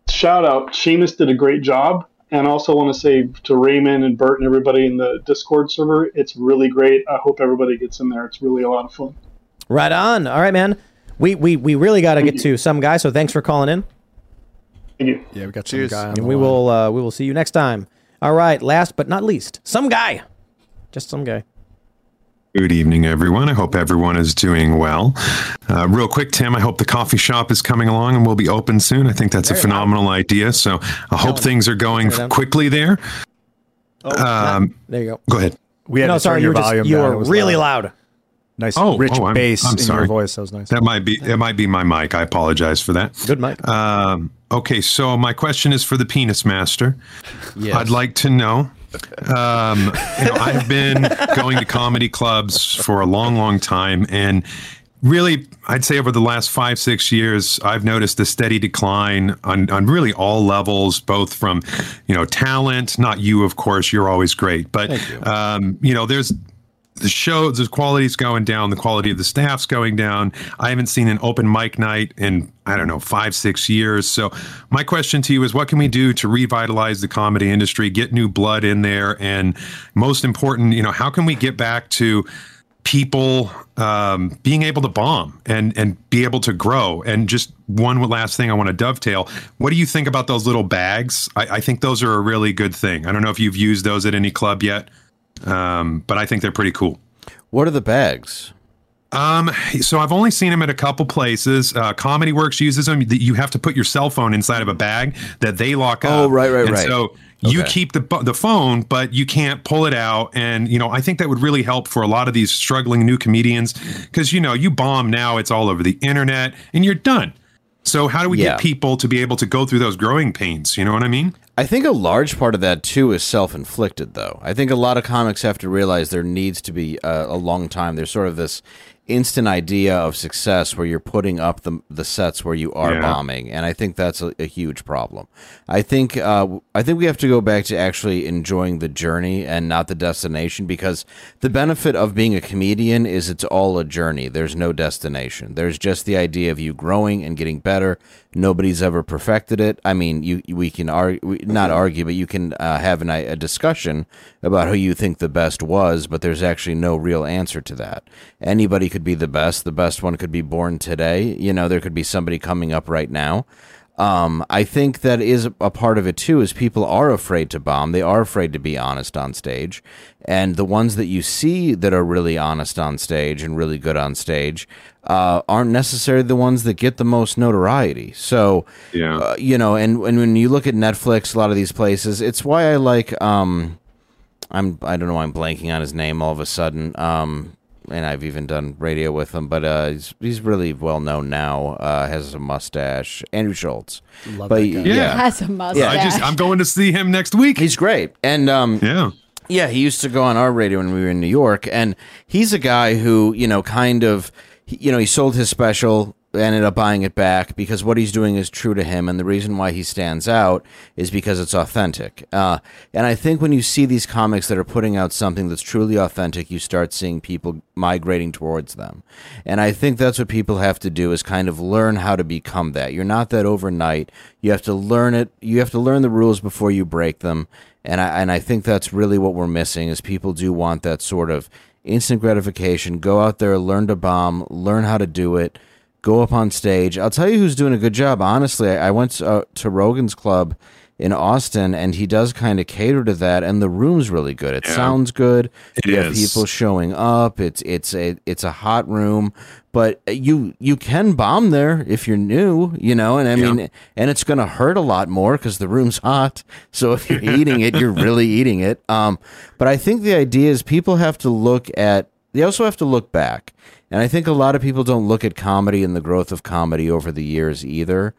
K: shout out. Seamus did a great job. And I also want to say to Raymond and Bert and everybody in the Discord server, it's really great. I hope everybody gets in there. It's really a lot of fun.
B: Right on. All right, man. We we, we really got to get to some guy. So thanks for calling in,
K: Thank you.
C: Yeah, we got
F: Cheers.
C: some guy. On
B: and
C: the
B: we
C: line.
B: will uh, we will see you next time. All right. Last but not least, some guy. Just some guy.
L: Good evening, everyone. I hope everyone is doing well. Uh, real quick, Tim, I hope the coffee shop is coming along and will be open soon. I think that's a phenomenal idea. So I hope things are going
B: Turn it down.
L: quickly there. um,
B: Oh, There you go.
L: go ahead.
C: We had
B: no,
C: to turn
B: sorry, you
C: your
B: were just,
C: volume
B: you
C: down. It
B: were
C: was
B: really loud.
C: Nice
L: Oh,
C: rich
L: oh, I'm-
C: bass
L: I'm
C: in your
L: sorry.
C: voice. That was nice.
L: That might be that might be my mic. I apologize for that.
B: Good mic.
L: Um, okay, so my question is for the penis master. I'd like to know. Um, you know, I've been going to comedy clubs for a long, long time, and really, I'd say over the last five, six years, I've noticed a steady decline on, on really all levels, both from, you know, talent. Not you, of course. You're always great, but you. Um, you know, there's the show the quality's going down the quality of the staff's going down i haven't seen an open mic night in i don't know five six years so my question to you is what can we do to revitalize the comedy industry get new blood in there and most important you know how can we get back to people um, being able to bomb and and be able to grow and just one last thing i want to dovetail what do you think about those little bags I, I think those are a really good thing i don't know if you've used those at any club yet um, but I think they're pretty cool.
E: What are the bags?
L: Um, so I've only seen them at a couple places. Uh, Comedy Works uses them. That You have to put your cell phone inside of a bag that they lock up.
E: Oh, right, right,
L: and
E: right.
L: So you
E: Okay.
L: keep the bu- the phone, but you can't pull it out. And you know, I think that would really help for a lot of these struggling new comedians because you know you bomb now, it's all over the internet, and you're done. So how do we
E: Yeah.
L: get people to be able to go through those growing pains? You know what I mean?
E: I think a large part of that too is self-inflicted, though. I think a lot of comics have to realize there needs to be uh, a, a long time. There's sort of this instant idea of success where you're putting up the the sets where you are
L: Yeah.
E: bombing, and I think that's a, a huge problem. I think uh, I think we have to go back to actually enjoying the journey and not the destination because the benefit of being a comedian is it's all a journey. There's no destination. There's just the idea of you growing and getting better. Nobody's ever perfected it. I mean, you we can argue not argue, but you can uh, have an, a discussion about who you think the best was, but there's actually no real answer to that. Anybody could be the best. The best one could be born today. You know, there could be somebody coming up right now. Um, I think that is a part of it too. Is people are afraid to bomb. They are afraid to be honest on stage, and the ones that you see that are really honest on stage and really good on stage uh, aren't necessarily the ones that get the most notoriety. So,
L: Yeah.
E: uh, you know, and, and when you look at Netflix, a lot of these places, it's why I like. Um, I'm I don't know why I'm blanking on his name all of a sudden. Um, and I've even done radio with him, but uh, he's he's really well known now. Uh, has a mustache. Andrew Schultz. Love but yeah.
D: Has a mustache.
L: I just I'm going to see him next week.
E: he's great. And um,
L: Yeah.
E: yeah, he used to go on our radio when we were in New York, and he's a guy who you know kind of he- you know he sold his special. ended up buying it back because what he's doing is true to him, and the reason why he stands out is because it's authentic. Uh, and I think when you see these comics that are putting out something that's truly authentic, you start seeing people migrating towards them. And I think that's what people have to do is kind of learn how to become that. You're not that overnight. You have to learn it. You have to learn the rules before you break them. And I and I think that's really what we're missing is people do want that sort of instant gratification. Go out there, learn to bomb, learn how to do it go up on stage. I'll tell you who's doing a good job. Honestly, I, I went to, uh, to Rogan's Club in Austin, and he does kind of cater to that. And the room's really good. It
L: Yeah.
E: sounds good.
L: It
E: you have
L: is.
E: people showing up. It's it's a it's a hot room, but you you can bomb there if you're new, you know. And I mean, and it's going to hurt a lot more because the room's hot. So if you're eating it, you're really eating it. Um, but I think the idea is people have to look at they also have to look back. And I think a lot of people don't look at comedy and the growth of comedy over the years either.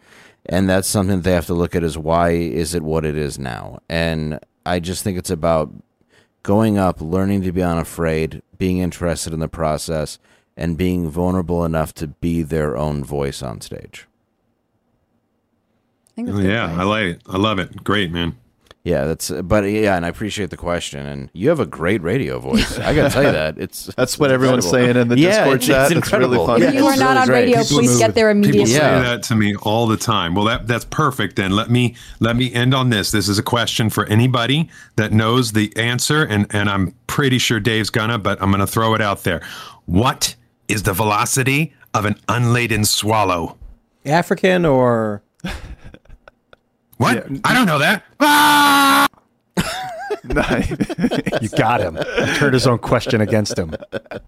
E: And that's something that they have to look at is why is it what it is now? And I just think it's about going up, learning to be unafraid, being interested in the process, and being vulnerable enough to be their own voice on stage.
L: yeah, I like it. I love it. Great, man.
E: Yeah, that's. But yeah, and I appreciate the question. And you have a great radio voice. I gotta tell you
F: (laughs)
E: that it's
F: That's what everyone's
E: incredible.
F: saying in the
E: Yeah,
F: Discord
E: it's-
F: chat.
E: It's
F: It's really
E: incredible.
F: funny.
E: Yeah,
F: If you
E: it's
D: are not
E: really
D: on
E: great.
D: radio, People please move. get there
L: People
D: immediately.
L: say
D: Yeah.
L: that to me all the time. Well, that that's perfect. Then let me let me end on this. This is a question for anybody that knows the answer, and and I'm pretty sure Dave's gonna, but I'm gonna throw it out there. What is the velocity of an unladen swallow?
B: African or
L: What? I don't know that.
C: (laughs) you got him. He turned his own question against him.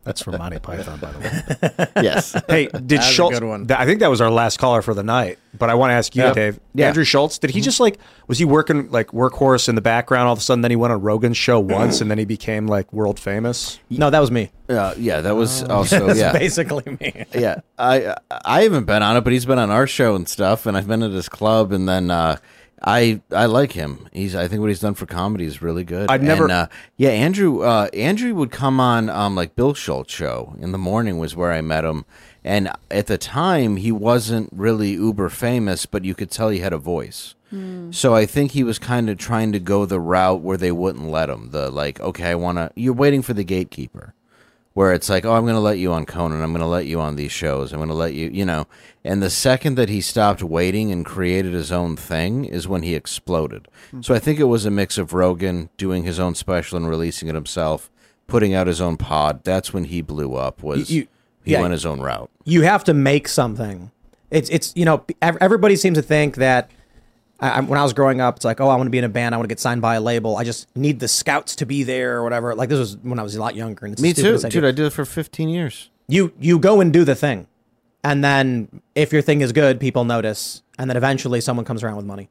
C: That's from Monty Python, by the
E: (laughs)
C: way.
E: Yes.
C: Hey,
B: That
C: did
B: was a
C: Schultz?
B: good one.
C: th- I think that was our last caller for the night. But I want to ask you,
B: Yeah.
C: Dave.
B: Yeah. Mm-hmm.
C: Andrew Schultz. Did he just like was he working like workhorse in the background? All of a sudden, then he went on
E: (clears throat)
C: Rogan's show once, and then he became like world famous.
B: No, that was me.
E: Uh, yeah, that was also
B: (laughs) That's
E: yeah.
B: basically me.
E: yeah, I I haven't been on it, but he's been on our show and stuff, and I've been at his club, and then uh, I I like him. He's I think what he's done for comedy is really good.
C: I've never-
E: And, uh, yeah, Andrew uh, Andrew would come on um, like Bill Schultz show in the morning was where I met him, and at the time he wasn't really uber famous, but you could tell he had a voice. So I think he was kind of trying to go the route where they wouldn't let him. The like, okay, I want to. You're waiting for the gatekeeper where it's like, oh, I'm going to let you on Conan. I'm going to let you on these shows. I'm going to let you, you know. And the second that he stopped waiting and created his own thing is when he exploded. So I think it was a mix of Rogan doing his own special and releasing it himself, putting out his own pod. That's when he blew up. Was
B: You- you-
E: he
B: yeah.
E: went his own route?
B: you have to make something. It's it's you know ev- everybody seems to think that I, I, when I was growing up, it's like oh I want to be in a band, I want to get signed by a label, I just need the scouts to be there or whatever. Like this was when I was a lot younger. And it's the
E: Me too,
B: stupidest idea.
E: dude. I did it for 15 years.
B: You you go and do the thing, and then if your thing is good, people notice, and then eventually someone comes around with money.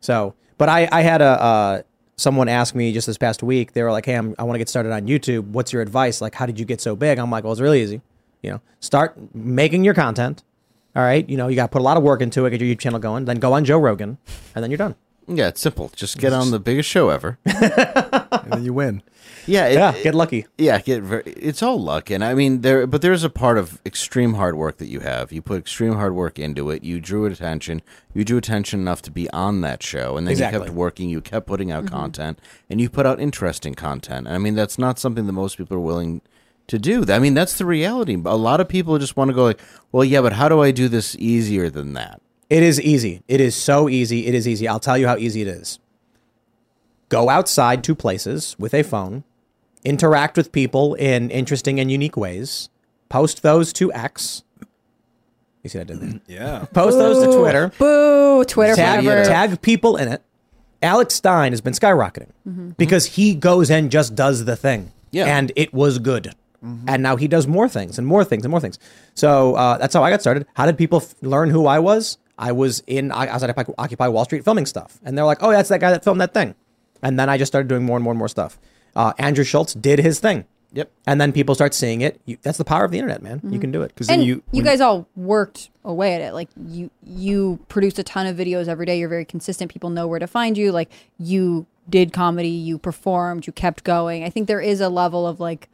B: So, but I I had a uh, someone ask me just this past week. They were like, "Hey, I'm, I want to get started on YouTube. What's your advice? Like, how did you get so big?" I'm like, "Well, it's really easy. You know, start making your content. All right, you know, you got to put a lot of work into it, get your YouTube channel going, then go on Joe Rogan, and then you're done.
E: Yeah, it's simple. Just get on the biggest show ever.
C: and then you win.
E: Yeah, it-
B: yeah, get lucky.
E: Yeah, get ver it's all luck, and I mean there, but there is a part of extreme hard work that you have. You put extreme hard work into it. You drew attention. You drew attention enough to be on that show, and then you
B: Exactly.
E: kept working. You kept putting out content, and you put out interesting content. And I mean that's not something that most people are willing to do. I mean that's the reality. A lot of people just want to go like, well, yeah, but how do I do this easier than that?
B: It is easy. It is so easy. It is easy. I'll tell you how easy it is. Go outside to places with a phone, interact with people in interesting and unique ways, post those to X. You see what I did there?
C: Yeah.
B: Post those to Twitter.
D: Boo, Twitter
B: Tag,
D: forever.
B: tag people in it. Alex Stein has been skyrocketing Mm-hmm. because he goes and just does the thing.
E: Yeah. Mm-hmm.
B: And it was good. And now he does more things and more things and more things. So uh, that's how I got started. How did people f- learn who I was? I was in, I I was at Oc- Occupy Wall Street filming stuff. And they're like, oh, that's that guy that filmed that thing. And then I just started doing more and more and more stuff. Uh, Andrew Schultz did his thing.
E: Yep. Mm-hmm.
B: And then people start seeing it. You, that's the power of the internet, man. You can do it.
D: Mm-hmm. and you, guys all worked away at it. Like you, you produced a ton of videos every day. You're very consistent. People know where to find you. Like you did comedy, you performed, you kept going. I think there is a level of like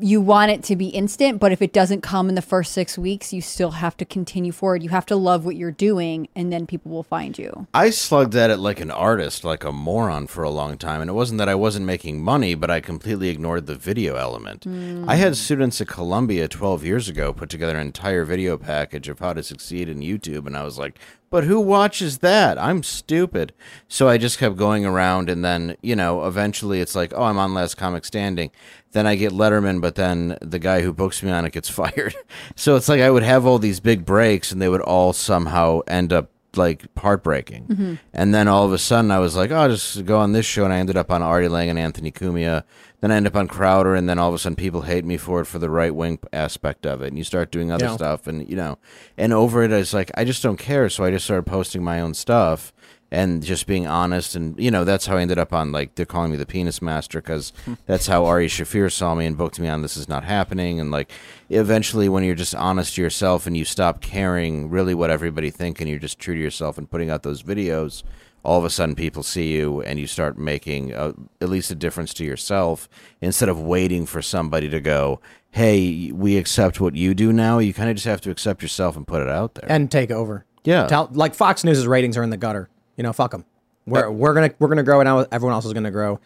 D: you want it to be instant, but if it doesn't come in the first six weeks, you still have to continue forward. You have to love what you're doing, and then people will find you.
E: I slugged at it like an artist, like a moron for a long time. And it wasn't that I wasn't making money, but I completely ignored the video element.
D: Mm.
E: I had students at Columbia 12 years ago put together an entire video package of how to succeed in YouTube. And I was like, but who watches that? I'm stupid. So I just kept going around. And then, you know, eventually it's like, oh, I'm on Last Comic Standing. Then I get Letterman, but then the guy who books me on it gets (laughs) fired. so it's like I would have all these big breaks and they would all somehow end up like heartbreaking.
D: mm-hmm.
M: Mhm.
E: And then all of a sudden, I was like, oh, I'll just go on this show. And I ended up on Artie Lang and Anthony Cumia. Then I end up on Crowder. And then all of a sudden, people hate me for it for the right wing aspect of it. And you start doing other
C: Yeah.
E: stuff. And, you know, and over it, I was like, I just don't care. So I just started posting my own stuff and just being honest. And, you know, that's how I ended up on, like, they're calling me the penis master because that's how Ari Shafir saw me and booked me on This Is Not Happening. And, like, eventually, when you're just honest to yourself and you stop caring really what everybody think and you're just true to yourself and putting out those videos, all of a sudden people see you and you start making a, at least a difference to yourself instead of waiting for somebody to go, hey, we accept what you do now. You kind of just have to accept yourself and put it out there.
B: and take over.
E: Yeah.
B: Tell, like Fox News's ratings are in the gutter. You know, fuck them. We're, we're gonna we're gonna grow, and now everyone else is gonna grow.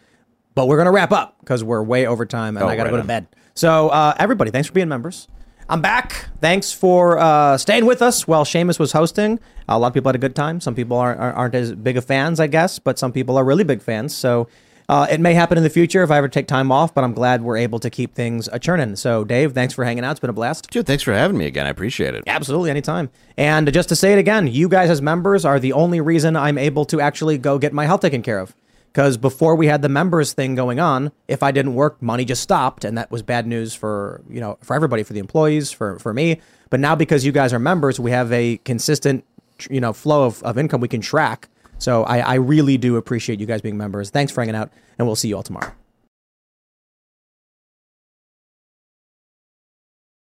B: But we're gonna wrap up because we're way over time, and
A: Oh,
B: I gotta
A: right
B: go to
A: on.
B: bed. So uh, everybody, thanks for being members. I'm back. Thanks for uh, staying with us while Seamus was hosting. A lot of people had a good time. Some people aren't, aren't- aren't as big of fans, I guess, but some people are really big fans. So uh, it may happen in the future if I ever take time off. But I'm glad we're able to keep things a churning. So Dave, thanks for hanging out. It's been a blast.
E: Dude, thanks for having me again. I appreciate it.
B: Absolutely, anytime. And just to say it again, you guys as members are the only reason I'm able to actually go get my health taken care of. Because before we had the members thing going on, if I didn't work, money just stopped, and that was bad news for you know for everybody, for the employees, for for me. But now because you guys are members, we have a consistent tr- you know flow of, of income we can track. So I, I really do appreciate you guys being members. Thanks for hanging out, and we'll see you all tomorrow.